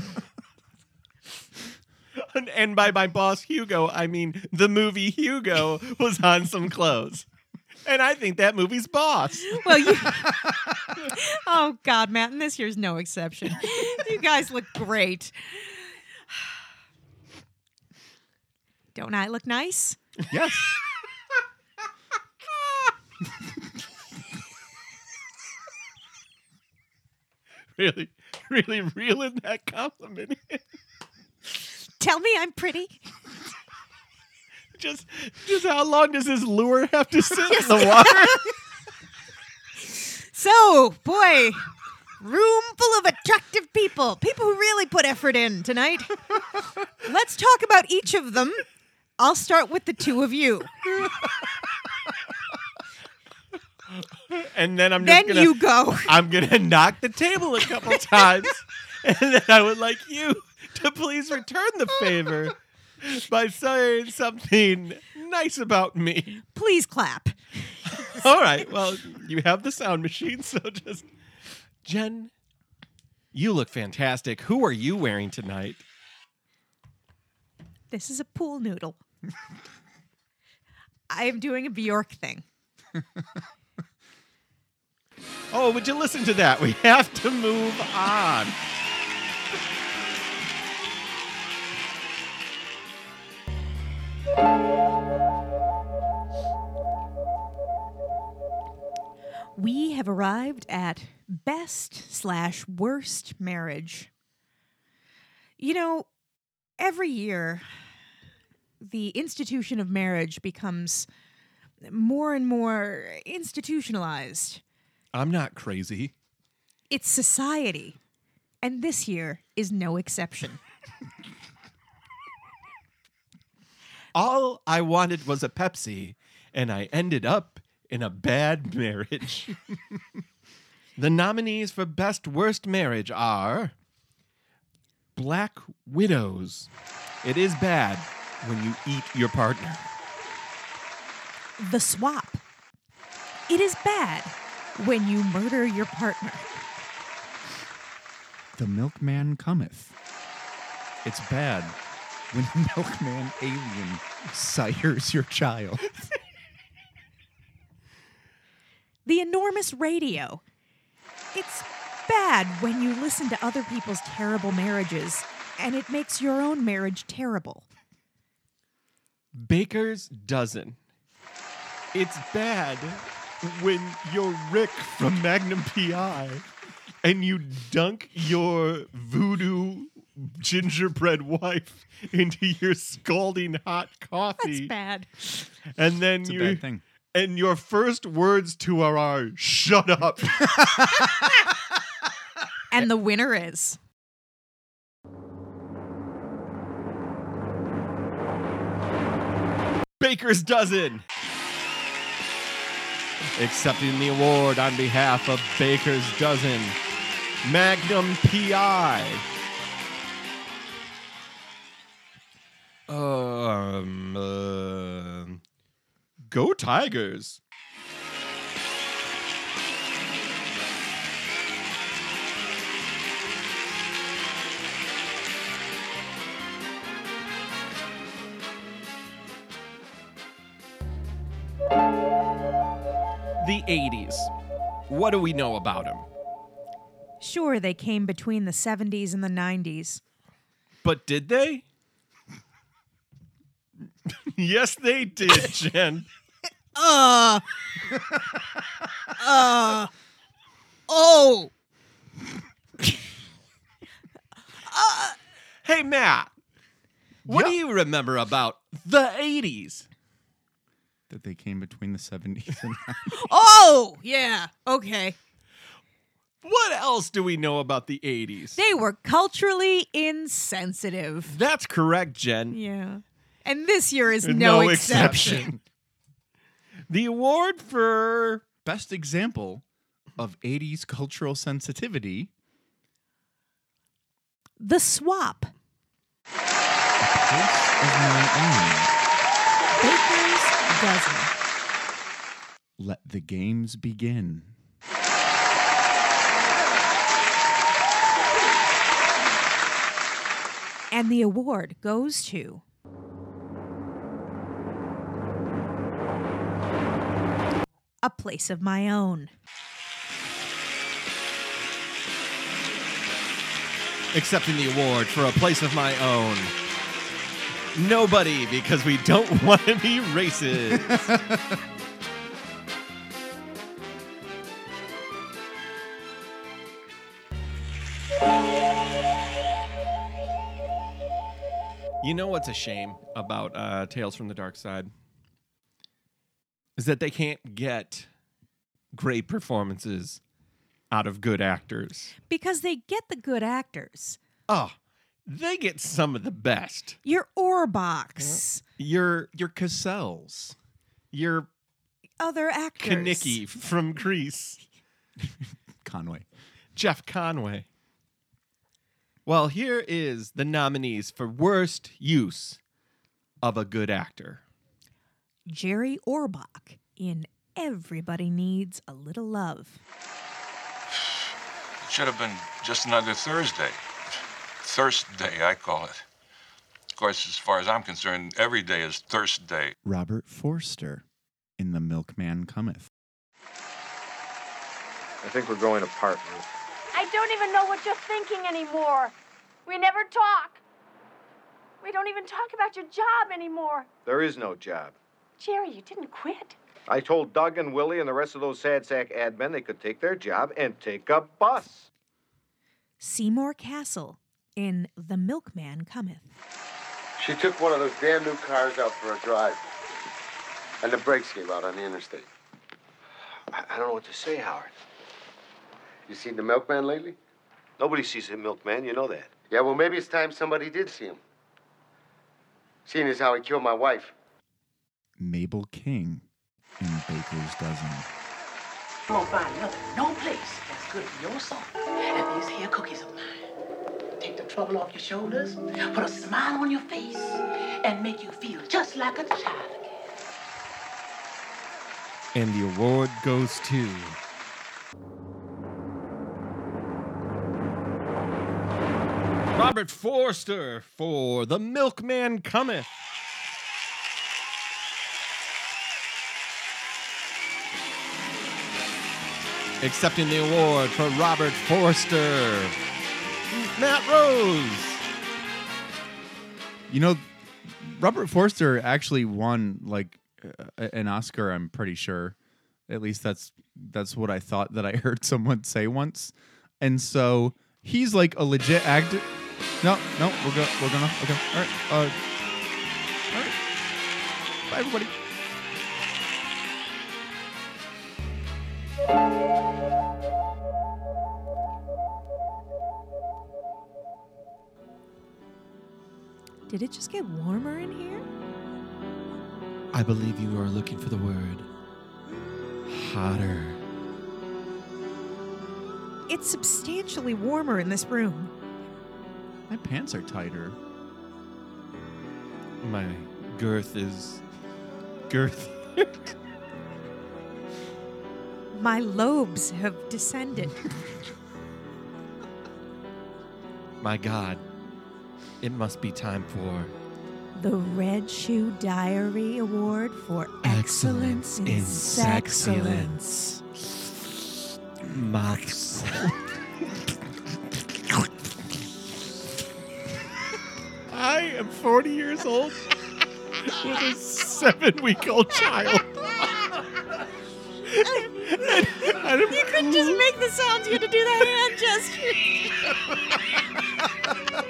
C: and, and by my boss Hugo, I mean the movie Hugo was on some clothes. And I think that movie's boss.
A: Well, you. <laughs> oh God, Matt, and this year's no exception. <laughs> you guys look great. <sighs> Don't I look nice?
B: Yes.
C: really, really reeling that compliment in.
A: Tell me I'm pretty.
C: Just, just how long does this lure have to sit in the water?
A: So, boy, room full of attractive people, people who really put effort in
L: <laughs>
A: tonight. Let's talk about each of them. I'll start with the two of you.
C: And then I'm
A: Then
C: just gonna,
A: you go.
C: I'm gonna knock the table a couple times, and then I would like you to please return the favor by saying something nice about me.
A: Please clap.
C: All right. Well, you have the sound machine, so just Jen, you look fantastic. Who are you wearing tonight?
A: This is a pool noodle. I am doing a Bjork thing.
C: Oh, would you listen to that? We have to move on.
A: We have arrived at best slash worst marriage. You know, every year the institution of marriage becomes more and more institutionalized.
C: I'm not crazy.
A: It's society. And this year is no exception.
C: All I wanted was a Pepsi, and I ended up in a bad <laughs> marriage. the nominees for Best Worst Marriage are Black Widows. It is bad when you eat your partner.
A: The swap. It is bad when you murder your partner.
B: <laughs> The milkman cometh. It's bad when the milkman alien sires your child.
A: The enormous radio. It's bad when you listen to other people's terrible marriages and it makes your own marriage terrible.
C: Baker's Dozen. It's bad when you're Rick from Magnum PI and you dunk your voodoo gingerbread wife <laughs> into your scalding hot
A: That's
C: coffee.
A: bad.
C: And then
B: It's a
C: you
B: bad thing.
C: and your first words to her are shut up.
A: And the winner is.
C: <laughs> Baker's Dozen. Accepting the award on behalf of Baker's Dozen, Magnum PI. Um, um, go Tigers. The 80s. What do we know about them?
A: Sure, they came between the 70s and the 90s.
C: But did they? <laughs> yes, they did, Jen.
A: <laughs> Uh. uh. Oh.
C: <laughs> Hey, Matt. What do you remember about the 80s?
B: that they came between the 70s and <laughs> 90s.
A: Oh, yeah. Okay.
C: What else do we know about the 80s?
A: They were culturally insensitive.
C: That's correct, Jen.
A: Yeah. And this year is no, exception.
C: the award for
B: best example of 80s cultural sensitivity
A: The swap.
B: Taste of my
A: Baker's dozen.
B: own. Let the games begin.
A: And the award goes to A Place of My Own.
C: Accepting the award for a place of my own. Nobody, because we don't <laughs> want to be racist. You know what's a shame about uh, Tales from the Dark Side? Is that they can't get great performances out of good actors.
A: because they get the good actors.
C: Oh, they get some of the best.
A: Your Orbachs,
C: Your your Cassells, your
A: other actors.
C: Kanicki from Greece,
B: Conway.
C: Jeff Conway. Well, here is the nominees for worst use of a good actor.
A: Jerry Orbach in Everybody Needs a Little Love.
M: Should have been just another Thursday. Thursday, I call it. Of course, as far as I'm concerned, every day is Thursday.
B: Robert Forster in The Milkman Cometh.
N: I think we're going apart, Ruth.
E: I don't even know what you're thinking anymore. We never talk. We don't even talk about your job anymore.
N: There is no job.
E: Jerry, you didn't quit.
N: I told Doug and Willie and the rest of those sad sack ad men they could take their job and take a bus.
A: Seymour Castle in The Milkman Cometh.
J: She took one of those damn new cars out for a drive, and the brakes gave out on the interstate.
N: I, I don't know what to say, Howard.
J: You seen the milkman lately?
N: Nobody sees a milkman, you know that.
J: Yeah, well, maybe it's time somebody did see him. Seeing as how he killed my wife.
B: Mabel King in Baker's Dozen.
O: I'm gonna find another, no place that's good for your soul. And these here cookies of mine. Take the trouble off your shoulders, put a smile on your face, and make you feel just like a child.
C: And the award goes to Robert Forster for The Milkman Cometh. Accepting the award for Robert Forster, Matt Rose.
B: You know, Robert Forster actually won like uh, an Oscar. I'm pretty sure. At least that's that's what I thought that I <laughs> heard someone say once. And so he's like a legit actor. No, no, we're gonna we're gonna okay. All right, uh, all right. Bye, everybody.
A: Did it just get warmer in here?
C: I believe you are looking for the word hotter.
A: It's substantially warmer in this room.
B: My pants are tighter.
C: My girth is girth.
A: My lobes have descended.
C: My God, it must be time for
A: <laughs> the Red Shoe Diary Award for Excellence, in Sexcellence.
C: Max. I am 40 years old with a seven week old child.
P: you couldn't just make the sounds. You had to do that hand gesture.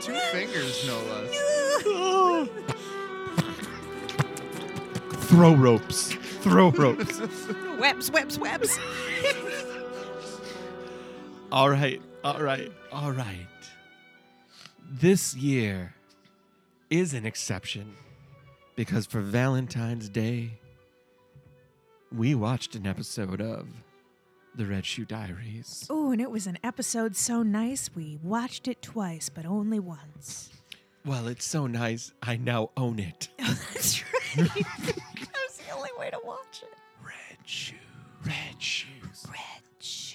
B: Two fingers, no less. Throw ropes. Throw ropes.
P: webs, webs, webs.
C: All right, all right, all right. This year is an exception because for Valentine's Day, we watched an episode of The Red Shoe Diaries.
A: Oh, and it was an episode so nice we watched it twice, but only once.
C: Well, it's so nice. I now own it.
A: <laughs> That's right. <laughs> that was the only way to watch it.
C: Red shoes. Red shoes. Red shoes.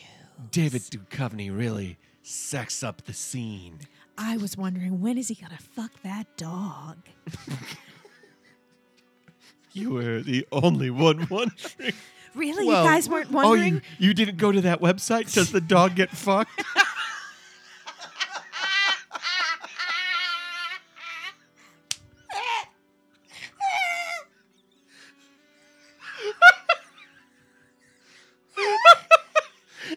C: David Duchovny really sex up the scene.
A: I was wondering when is he gonna fuck that dog?
C: You were the only one wondering.
A: Really? You guys weren't
C: Oh,
A: wondering?
C: you, you didn't go to that website? Does the dog get
A: <laughs>
C: fucked?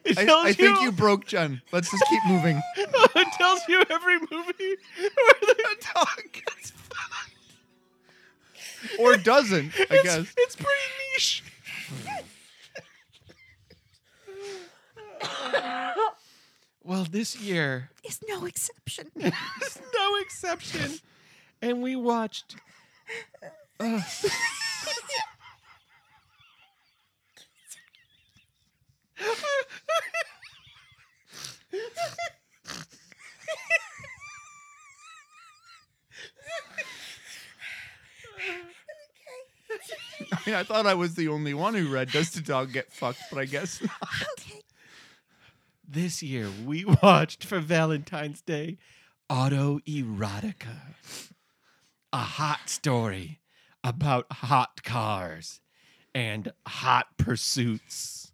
C: It
B: I,
C: tells <laughs>
B: I think <laughs>
C: you-
B: you broke Jen. Let's just keep moving.
C: it tells you every movie where the
B: or doesn't, I guess.
C: It's pretty niche. well, this year
P: is no exception.
C: There's no exception. And we watched. uh,
B: I mean, I thought I was the only one who read "Does the Dog Get Fucked," but I guess not.
C: this year we watched for Valentine's Day Autoerotica, a hot story about hot cars and hot pursuits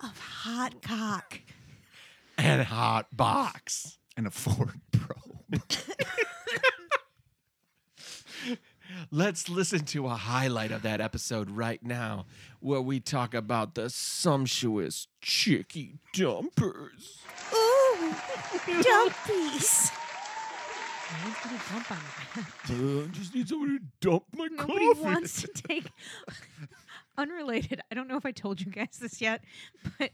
P: of hot cock.
C: and hot box
B: and a Ford Probe.
C: Let's listen to a highlight of that episode right now where we talk about the sumptuous chicky dumpers.
P: Ooh, dumpies.
A: No one's gonna dump on you.
C: I just need someone to dump my
A: Nobody
C: <laughs>
A: wants to take. Unrelated. I don't know if I told you guys this yet, but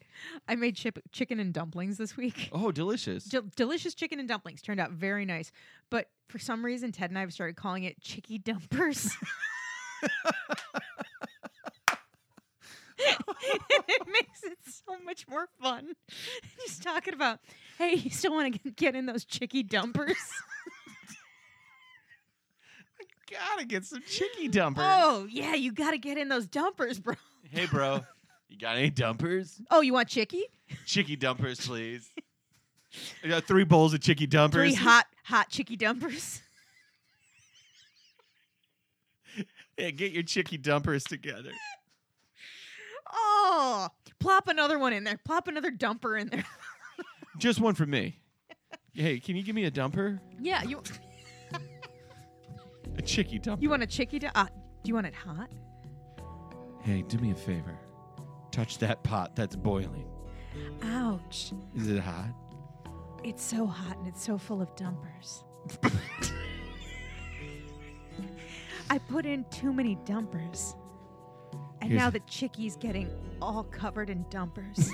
A: I made chip- chicken and dumplings this week.
C: Oh, delicious.
A: Del- delicious chicken and dumplings turned out very nice, but for some reason Ted and I have started calling it chicky dumpers. <laughs> it makes it so much more fun. <laughs> Just talking about, hey, you still want to get in those chicky dumpers?
C: Gotta get some chicky <laughs> dumpers.
A: Oh yeah, you got to get in those dumpers, bro.
C: Hey, bro, you got any dumpers?
A: Oh, you want chicky?
C: Chicky dumpers, please. <laughs> I got three bowls of chicky dumpers.
A: Three hot, hot chicky dumpers. <laughs>
C: Yeah, get your chicky dumpers together.
A: Oh, plop another one in there. Plop another dumper in there. <laughs>
C: Just one for me. Hey, can you give me a dumper?
A: Yeah, you
C: A chicky dumper.
A: you want a chicky? Du- uh, do you want it hot?
C: Hey, do me a favor. Touch that pot that's boiling.
A: Ouch!
C: Is it hot?
A: It's so hot and it's so full of dumpers. <laughs> I put in too many dumpers, and
C: Here's-
A: now the chicky's getting all covered in
C: <laughs>
A: dumpers.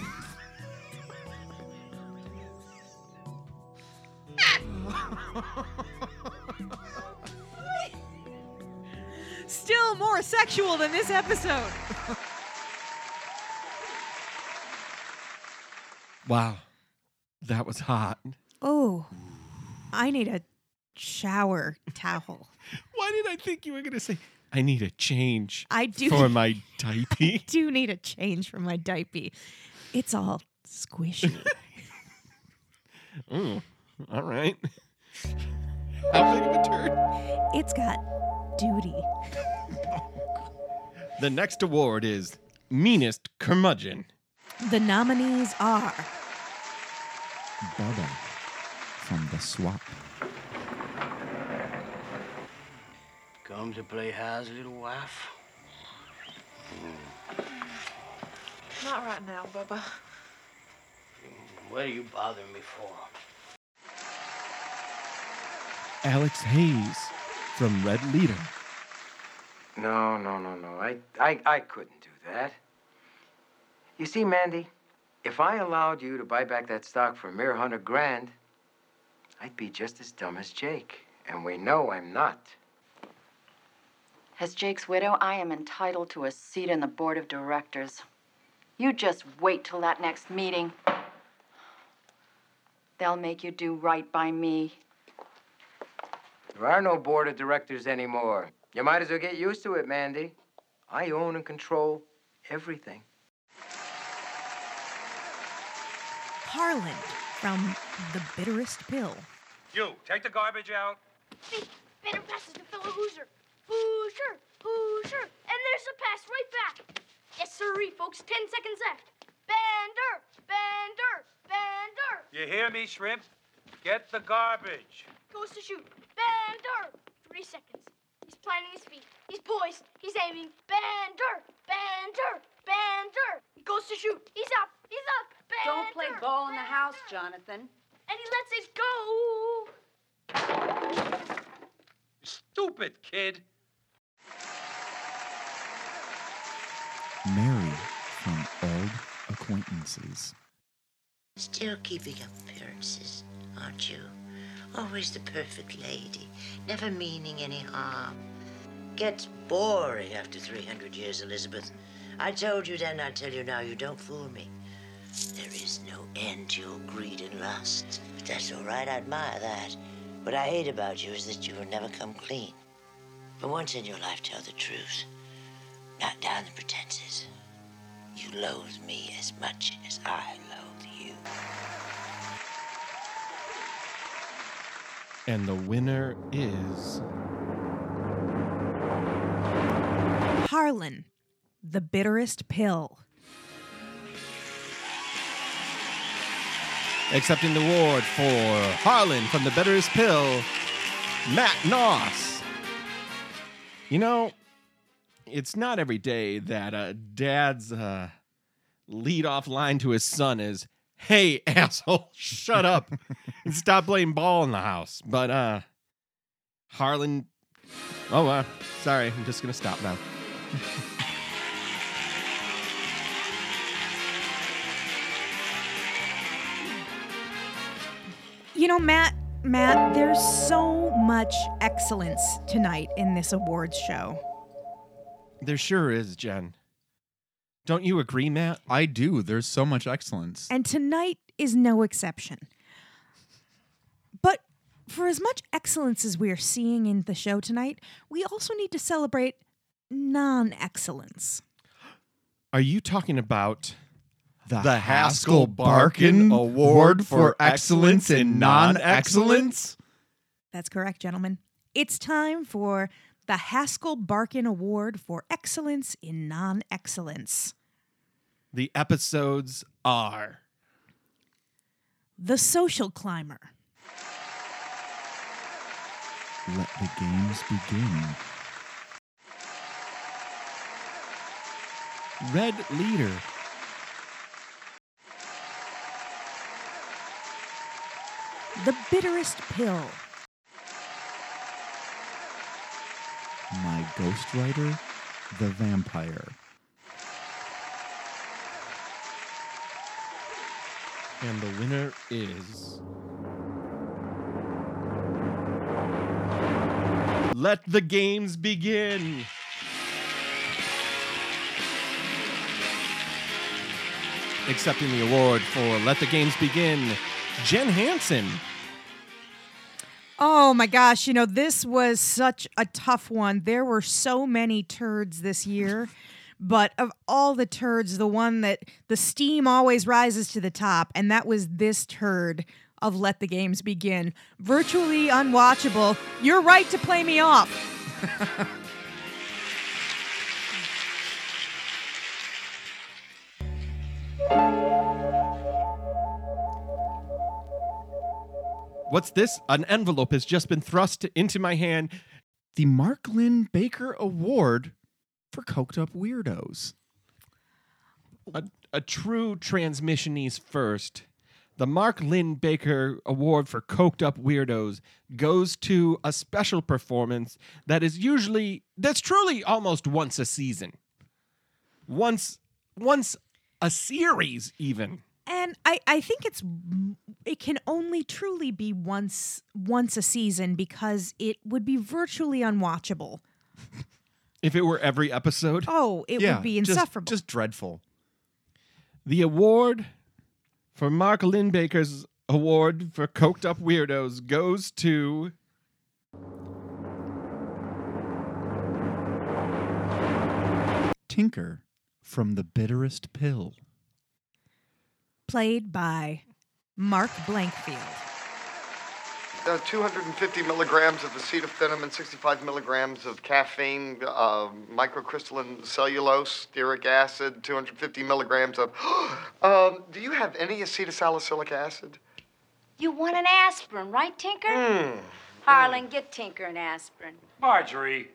A: Still more sexual than this episode.
C: Wow. That was hot.
P: Oh, I need a shower towel.
C: Why did I think you were going to say, I need a change
P: I do.
C: for my <laughs> diaper?
P: do need a change for my diaper. It's all squishy.
C: Ooh, Mm, all right. <laughs> How big of a turd?
P: it's got duty.
C: The next award is Meanest Curmudgeon.
P: The nominees are
B: Bubba from the swap.
G: Come to play house, little wife.
Q: Not right now, Bubba.
G: What are you bothering me for?
C: Alex Hayes from Red Leader.
G: No, no, no, no. I, I, I couldn't do that. You see, Mandy, if I allowed you to buy back that stock for a mere hundred grand, I'd be just as dumb as Jake. And we know I'm not.
F: As Jake's widow, I am entitled to a seat in the board of directors. You just wait till that next meeting. They'll make you do right by me.
G: There are no board of directors anymore. You might as well get used to it, Mandy. I own and control everything.
P: Harland from The Bitterest Pill.
R: You, take the garbage out.
E: Banner passes to fellow Hoosier. Hoosier, Hoosier, and there's a pass right back. Yes, sirree, folks. Ten seconds left. Bender, Bender, Bender
R: You hear me, Shrimp? Get the garbage.
E: goes to shoot. Bender, three seconds. He's planting his feet. He's poised. He's aiming. Bender, Bender, Bender. He goes to shoot. He's up. He's up. Bender.
K: Don't play ball in the house, Jonathan.
E: And he lets it go.
R: Stupid kid.
B: Mary from Old Acquaintances.
K: Still keeping up appearances, aren't you? Always the perfect lady, never meaning any harm. Gets boring after 300 years, Elizabeth. I told you then, I tell you now, you don't fool me. There is no end to your greed and lust. But that's all right, I admire that. What I hate about you is that you will never come clean. For once in your life, tell the truth. Knock down the pretenses. You loathe me as much as I loathe you.
C: And the winner is.
A: Harlan, the bitterest pill.
C: Accepting the award for Harlan from The Betterest Pill, Matt Noss. You know, it's not every day that a dad's uh, lead off line to his son is, Hey, <laughs> asshole, shut up and stop playing ball in the house. But uh, Harlan, oh, uh, sorry, I'm just going to stop now.
A: You know, Matt, Matt, there's so much excellence tonight in this awards show.
C: There sure is, Jen. Don't you agree, Matt?
B: I do. There's so much excellence.
A: And tonight is no exception. But for as much excellence as we're seeing in the show tonight, we also need to celebrate non excellence.
C: Are you talking about the,
B: Haskell Barkin Award for Excellence in Non-Excellence?
A: That's correct, gentlemen. It's time for the Haskell Barkin Award for Excellence in Non Excellence.
C: The episodes are
A: The Social Climber,
B: Let the games begin.
C: Red Leader,
A: The Bitterest Pill,
B: My Ghostwriter, The Vampire.
C: and the winner is. Let the games begin! Accepting the award for Let the Games Begin, Jen Hansen.
A: Oh my gosh, you know, this was such a tough one. There were so many turds this year, but of all the turds, the one that the steam always rises to the top, and that was this turd of Let the Games Begin. Virtually unwatchable. You're right to play me off.
C: What's this? An envelope has just been thrust into my hand.
B: The Mark Lynn Baker Award for Coked Up Weirdos.
C: a, a true transmission is first. The Mark Lynn Baker Award for Coked Up Weirdos goes to a special performance that is usually that's truly almost once a season. Once once a series even.
A: And I, I think it's it can only truly be once once a season because it would be virtually unwatchable.
C: If it were every episode.
A: Oh, it would be insufferable.
B: Just, just dreadful.
C: The award for Mark Lynn Baker's award for coked up weirdos goes to
B: Tinker from The Bitterest Pill.
A: played by Mark Blankfield.
J: Uh, 250 milligrams of acetophenum and 65 milligrams of caffeine, uh, microcrystalline cellulose, stearic acid, 250 milligrams of. <gasps> um, do you have any acetylsalicylic acid?
S: You want an aspirin, right, Tinker?
J: Hmm.
S: Harlan, get Tinker an aspirin.
R: Marjorie.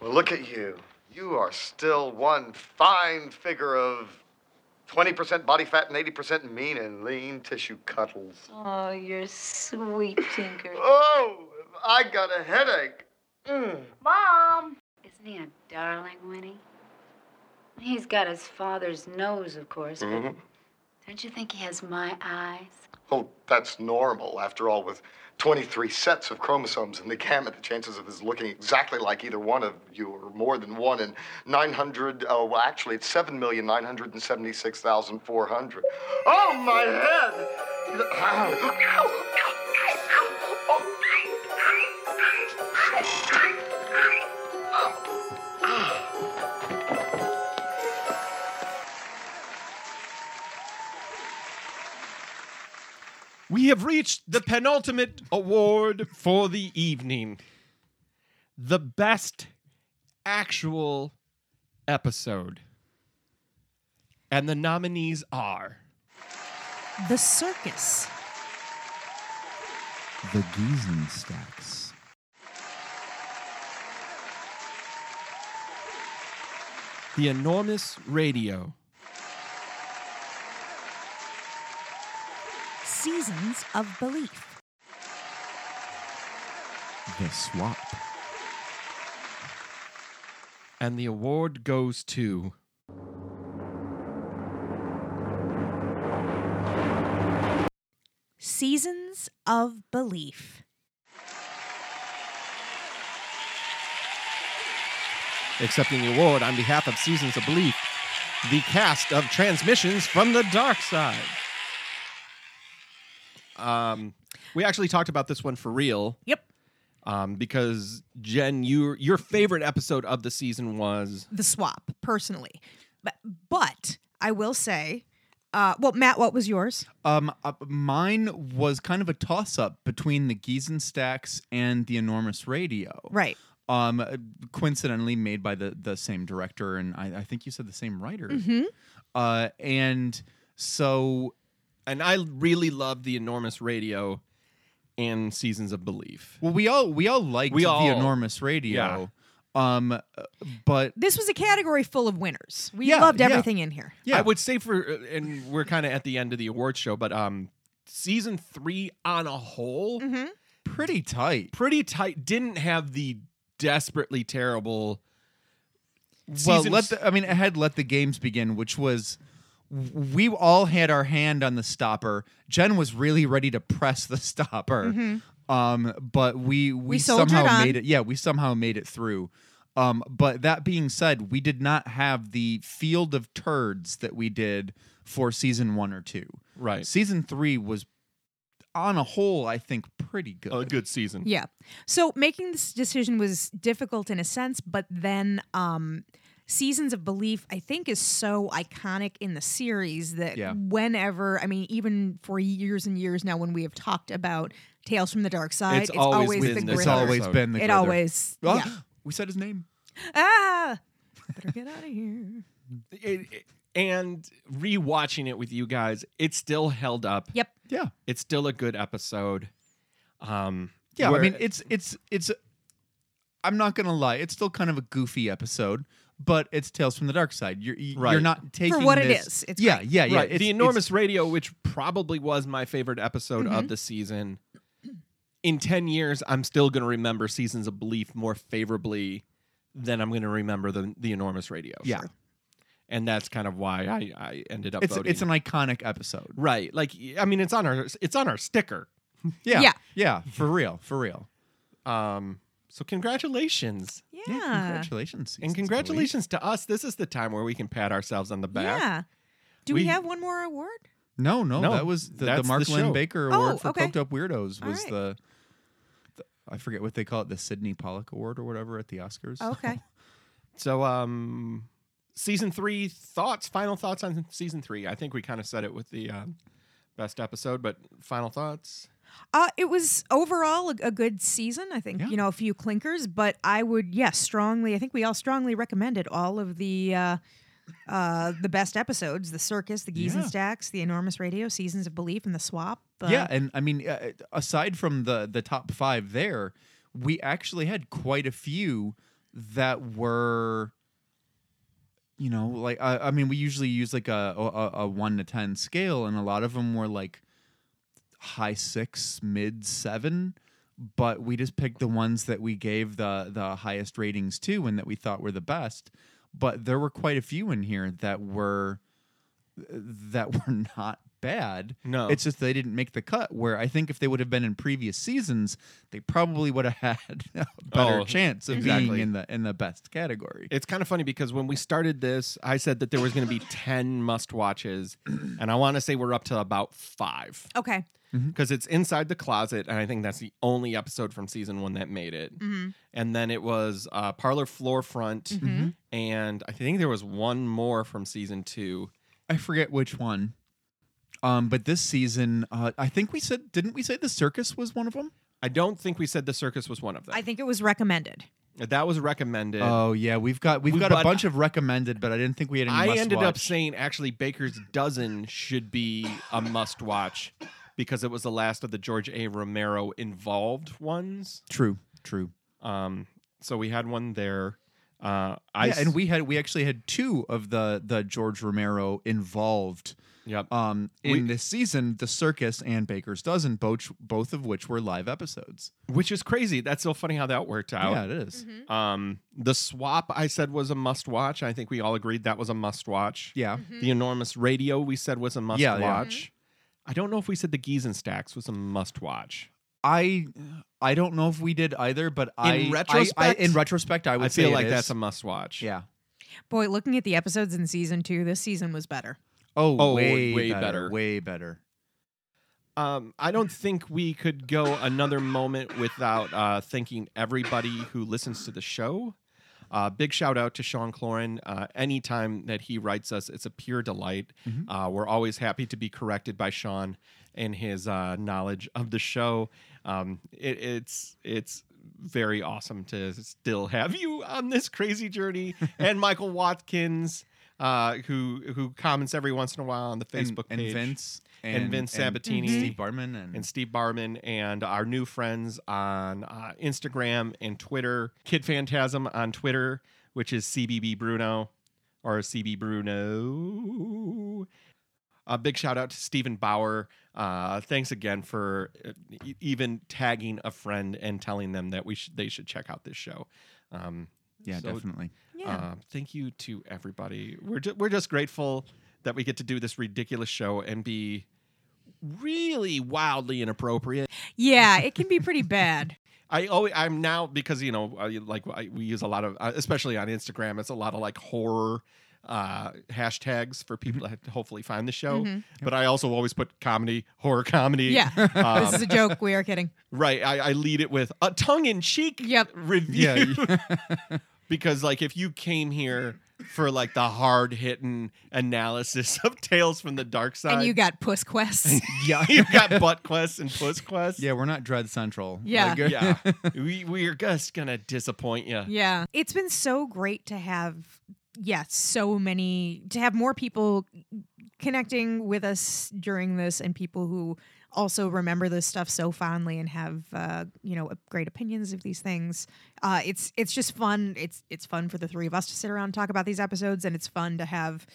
J: Well, look at you. You are still one fine figure of 20% body fat and 80% mean and lean tissue
F: Oh.
J: cuddles.
S: Oh, you're sweet, Tinker.
J: Oh, I got a headache.
S: Mom!
F: Isn't he a darling, Winnie? He's got his father's nose, of course, but
J: Mhm.
F: don't you think he has my eyes?
J: Oh, that's normal. After all, with 23 sets of chromosomes in the gamut, the chances of his looking exactly like either one of you or more than one in 900, oh, well, actually, it's 7,976,400. Oh, my head! <clears throat>
C: We have reached the penultimate award for the evening the best actual episode. And the nominees are
A: The circus.
B: The Giesen stacks.
C: The Enormous Radio,
A: Seasons of Belief.
B: The Swap.
C: and the award goes to.
A: Seasons of Belief.
C: accepting the award on behalf of Seasons of Belief, the cast of Transmissions from the Dark Side. Um, we actually talked about this one for real.
A: Yep.
C: Um, because Jen, your your favorite episode of the season was
A: The swap, personally. But, but I will say, uh, well, Matt, what was yours?
B: Um, uh, mine was kind of a toss up between the Giesen stacks and the enormous radio.
A: Right.
B: Um, uh, coincidentally made by the the same director and I, I think you said the same writer.
A: Mhm.
B: Uh, and so,
C: and I really loved the enormous radio and Seasons of Belief.
B: well, we all we all liked
C: We all-
B: the enormous radio. Um, uh, but
A: This was a category full of winners. We
B: Yeah,
A: loved
B: yeah.
A: everything in here.
C: I would say for, and we're kind of at the end of the award show, but um, season three on a whole,
B: pretty tight.
C: Pretty tight. Didn't have the desperately terrible.
B: well,
C: season
B: let the, I mean, it had let the games begin, which was we all had our hand on the stopper. Jen was really ready to press the <laughs> stopper,
A: Mhm.
B: um, but we we,
A: We soldiered
B: somehow
A: on.
B: made it. Yeah, we somehow made it through. Um, but that being said, we did not have the field of turds that we did for season one or two.
C: Right.
B: Season three was, on a whole, I think, pretty good. A
C: good season.
A: Yeah. So making this decision was difficult in a sense, but then um Seasons of Belief I think is so iconic in the series that
B: Yeah.
A: whenever, I mean even for years and years now when we have talked about Tales from the Dark Side,
B: It's always been
A: the
B: this
A: Griller.
B: always been the
A: It
B: Griller.
A: always
B: Oh,
A: yeah.
B: we said his name.
A: Ah. Better get out of here.
C: it, it- and rewatching it with you guys, it still held up.
A: Yep.
B: <laughs> Yeah.
C: It's still a good episode. Um,
B: Yeah, I
C: where-
B: mean it's it's it's. I'm not gonna lie, it's still kind of a goofy episode, but it's Tales from the Dark Side. You're you- you're
C: Right.
B: not taking
A: what it
B: this-
A: is, it's
B: yeah,
A: great.
B: Uh, yeah, yeah,
C: Right.
B: It's-
C: the
B: it's-
C: enormous radio, which probably was my favorite episode
B: Mhm.
C: of the season. In ten years, I'm still going to remember seasons of belief more favorably than I'm going to remember the the enormous radio.
B: Yeah.
C: and that's kind of why I, I ended up
B: It's
C: voting.
B: it's an iconic episode.
C: right. Like I mean, it's on our it's on our sticker.
B: Yeah,
A: Yeah.
B: yeah, for real, for real.
C: Um. So congratulations.
A: Yeah.
B: Congratulations,
C: And
B: Seasons
C: congratulations to us. This is the time where we can pat ourselves on the back.
A: Yeah. Do we,
C: We-
A: have one more award?
B: Belief. No, no,
C: No,
B: that was the, the
C: that's
B: Mark
C: the
B: Lynn
C: show.
B: Baker
A: Oh,
B: Award for
A: okay.
B: Coked Up Weirdos
A: All
B: was
A: right.
B: the, the- I forget what they call it, the Sidney Pollock Award or whatever at the Oscars.
A: Okay.
C: So, um, season three thoughts, final thoughts on season three. I think we kind of said it with the um, best episode, but final thoughts.
A: Uh, it was overall a, a good season. I think you know a few clinkers, but I would yes strongly. I think we all strongly recommended all of the uh, uh, the best episodes: the circus, the Giesen
B: Yeah.
A: stacks, the enormous radio, seasons of belief, and the swap. Uh,
B: yeah, and I mean, uh, aside from the the top five, there we actually had quite a few that were, you know, like I, I mean, we usually use like a, a a one to ten scale, and a lot of them were like high six, mid seven. but we just picked the ones that we gave the the highest ratings to and that we thought were the best. But there were quite a few in here that were that <laughs> were not bad.
C: No.
B: It's just they didn't make the cut where I think if they would have been in previous seasons, they probably would have <laughs> had a better
C: Oh,
B: chance of being
C: exactly.
B: in the in the best category.
C: It's kind of funny because when we started this, I said that there was going to be 10 must watches, and I want to say we're up to about five.
A: Okay.
C: Because it's Inside the Closet, and I think that's the only episode from season one that made it.
A: Mhm.
C: And then it was uh, Parlor Floor Front,
A: Mm-hmm.
B: Mhm.
C: and I think there was one more from season two.
B: I forget which one. Um, but this season, uh, I think we said, didn't we say the circus was one of them?
C: I don't think we said the circus was one of them.
A: I think it was recommended.
C: that was recommended.
B: Oh yeah, we've got we've
C: We-
B: got a
C: but-
B: bunch of recommended, but I didn't think we had any.
C: I
B: must
C: ended up
B: watch.
C: saying actually Baker's Dozen should be a must watch because it was the last of the George A. Romero involved ones.
B: True, true.
C: Um, so we had one there. Uh, I
B: yeah,
C: s-
B: and we had we actually had two of the the George Romero involved.
C: Yep.
B: Um, in
C: We-
B: this season, the circus and Baker's Dozen, both both of which were live episodes.
C: which is crazy. That's so funny how that worked out.
B: Yeah, it
A: Mm-hmm.
B: is.
C: Um, the swap I said was a must watch. I think we all agreed that was a must watch.
B: Yeah.
A: Mm-hmm.
C: The enormous radio we said was a must
B: Yeah, yeah.
C: watch. I don't know if we said the Geese and Stacks was a must watch.
B: I I don't know if we did either, but I
C: in
B: I-
C: retrospect,
B: I, in retrospect, I would say
C: feel
B: it
C: like
B: is.
C: that's a must watch.
B: yeah.
A: Boy, looking at the episodes in season two, this season was better.
B: Oh,
C: Oh,
B: way,
C: way
B: better,
C: better.
B: way better.
C: Um, I don't think we could go another moment without uh, thanking everybody who listens to the show. Uh, big shout out to Sean Cloran. Uh, anytime that he writes us, it's a pure delight.
B: Mhm.
C: Uh, we're always happy to be corrected by Sean and his uh, knowledge of the show. Um, it, it's it's very awesome to still have you on this
B: <laughs>
C: crazy journey. and Michael Watkins, uh, who who comments every once in a while on the
B: And-
C: Facebook
B: and
C: page,
B: Vince
C: and,
B: and-
C: Vince
B: and
C: Sabatini,
B: Steve Barman and-
C: and Steve Barman and our new friends on uh, Instagram and Twitter. Kid Phantasm on Twitter, which is CBB Bruno or CB Bruno. A big shout out to Stephen Bauer. Uh, thanks again for uh, e- even tagging a friend and telling them that we should they should check out this show. Um,
B: Yeah,
C: <laughs>
B: definitely.
C: Yeah.
B: Yeah.
C: thank you to everybody. We're ju- we're just grateful that we get to do this ridiculous show and be really wildly inappropriate.
A: Yeah, it can be pretty
B: <laughs>
A: bad.
C: I always I'm now because you know I- like I, we use a lot of uh, especially on Instagram it's a lot of like horror uh hashtags for people
A: Mm-hmm.
C: to hopefully find the show
A: Mhm.
C: but I also always put comedy horror comedy
A: Yeah, <laughs>
C: um,
A: this is a joke. We are kidding.
C: right I, I lead it with a tongue in cheek yep. review <laughs> because like if you came here for like the hard hitting analysis of <laughs> Tales from the Dark Side
A: And you got puss
B: <laughs>
A: quests.
B: Yeah,
C: <laughs> you got butt quests and puss quests
B: Yeah, we're not Dread Central. <laughs>
A: Yeah.
B: Like,
C: yeah we we are just gonna disappoint you
A: yeah, it's been so great to have. Yeah, so many to have more people connecting with us during this, and people who also remember this stuff so fondly and have uh, you know great opinions of these things. Uh, it's it's just fun. It's it's fun for the three of us to sit around and talk about these episodes, and it's fun to have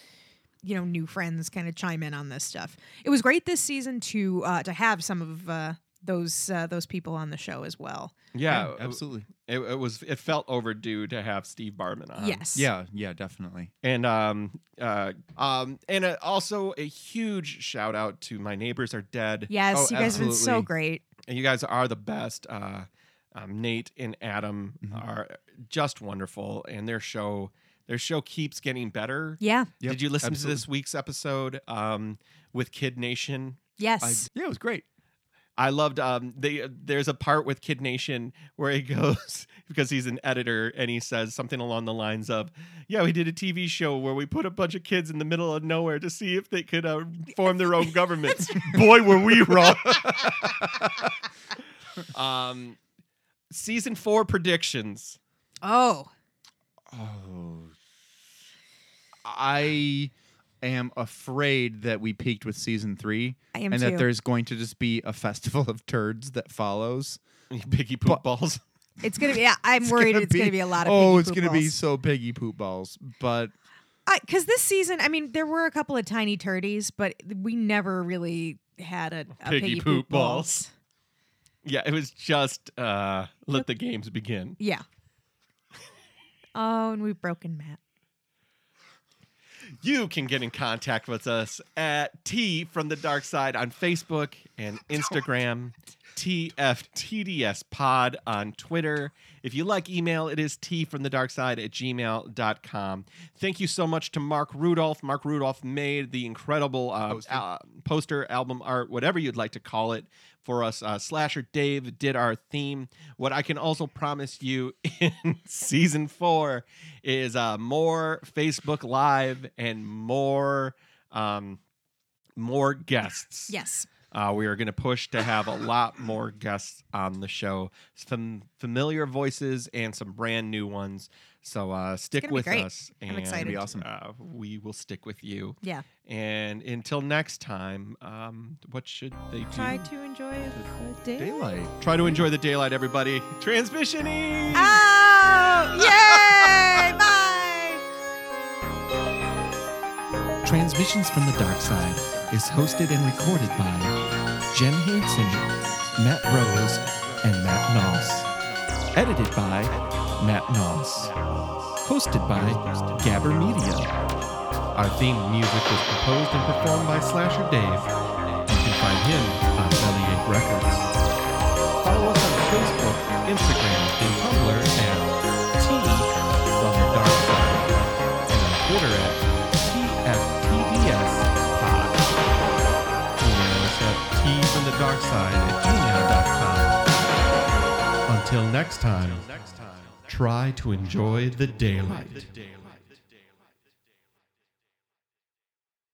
A: you know new friends kind of chime in on this stuff. It was great this season to uh, to have some of uh, those uh, those people on the show as well.
C: Yeah,
B: absolutely.
C: It, it was it felt overdue to have Steve Barman on.
A: Yes.
B: yeah, yeah, definitely.
C: And um uh um and uh, also a huge shout out to my neighbors are dead. Oh,
A: Yes,
B: Oh,
A: you guys have been so
C: absolutely.
A: great.
C: And you guys are the best. Uh, um, Nate and Adam are just wonderful, and their show their show keeps getting better.
A: Yeah.
B: Yep,
C: Did you listen
B: absolutely.
C: to this week's episode um, with Kid Nation?
A: Yes.
B: yeah, it was
C: <laughs>
B: great.
C: I loved um they there's a part with Kid Nation where he <laughs> goes because he's an editor and he says something along the lines of yeah we did a TV show where we put a bunch of kids in the middle of nowhere to see if they could uh, form their own government. Boy were
B: <laughs>
C: we wrong. <laughs> um season 4 predictions.
A: Oh,
B: Oh, I am afraid that we peaked with season three,
A: I am
B: and
A: too.
B: that there's going to just be a festival of turds that follows. <laughs>
C: Piggy poop balls.
A: it's gonna be. Yeah, I'm worried it's gonna be a lot of.
B: Oh,
A: piggy
B: it's
A: poop
B: gonna be
A: balls.
B: so piggy poop balls, but
A: because this season, I mean, there were a couple of tiny turdies, but we never really had a, a
C: Piggy
A: piggy,
C: poop balls. <laughs> Yeah, it was just uh, let the games begin.
A: Yeah. oh, and we've broken Matt.
C: You can get in contact with us at T from the Dark Side on Facebook and Instagram, TFTDS Pod on Twitter. If you like email, it is T from the Dark Side at gmail.com. Thank you so much to Mark Rudolph. Mark Rudolph made the incredible uh, poster. Uh, poster, album art, whatever you'd like to call it for us. Uh, Slasher Dave did our theme. What I can also promise you <laughs> in season four is uh, more Facebook Live and more um, more guests.
A: Yes.
C: Uh, we are going to push to have a lot more guests on the show, some familiar voices and some brand new ones. So uh, stick
A: gonna be
C: with
A: great.
C: us.
A: I'm
C: And
A: excited. It'll be awesome.
C: Uh, we will stick with you.
A: Yeah.
C: And until next time, um, what should they do?
P: Try to enjoy the day.
C: daylight. Try to enjoy the daylight, everybody. Transmission Eve!
A: Ah!
P: Oh, yay! Bye.
T: Transmissions from the Dark Side is hosted and recorded by Jen Hansen, Matt Rose, and Matt Noss. Edited by Matt Noss. Hosted by Gabber Media.
C: Our theme music was composed and performed by Slasher Dave. You can find him on Bellyache Records. Follow us on Facebook, Instagram, and Tumblr at T from the Dark Side, and on Twitter at TFTDS Pod. Email us at T from the Dark Side at gmail.com. Until next time, try to enjoy the daylight.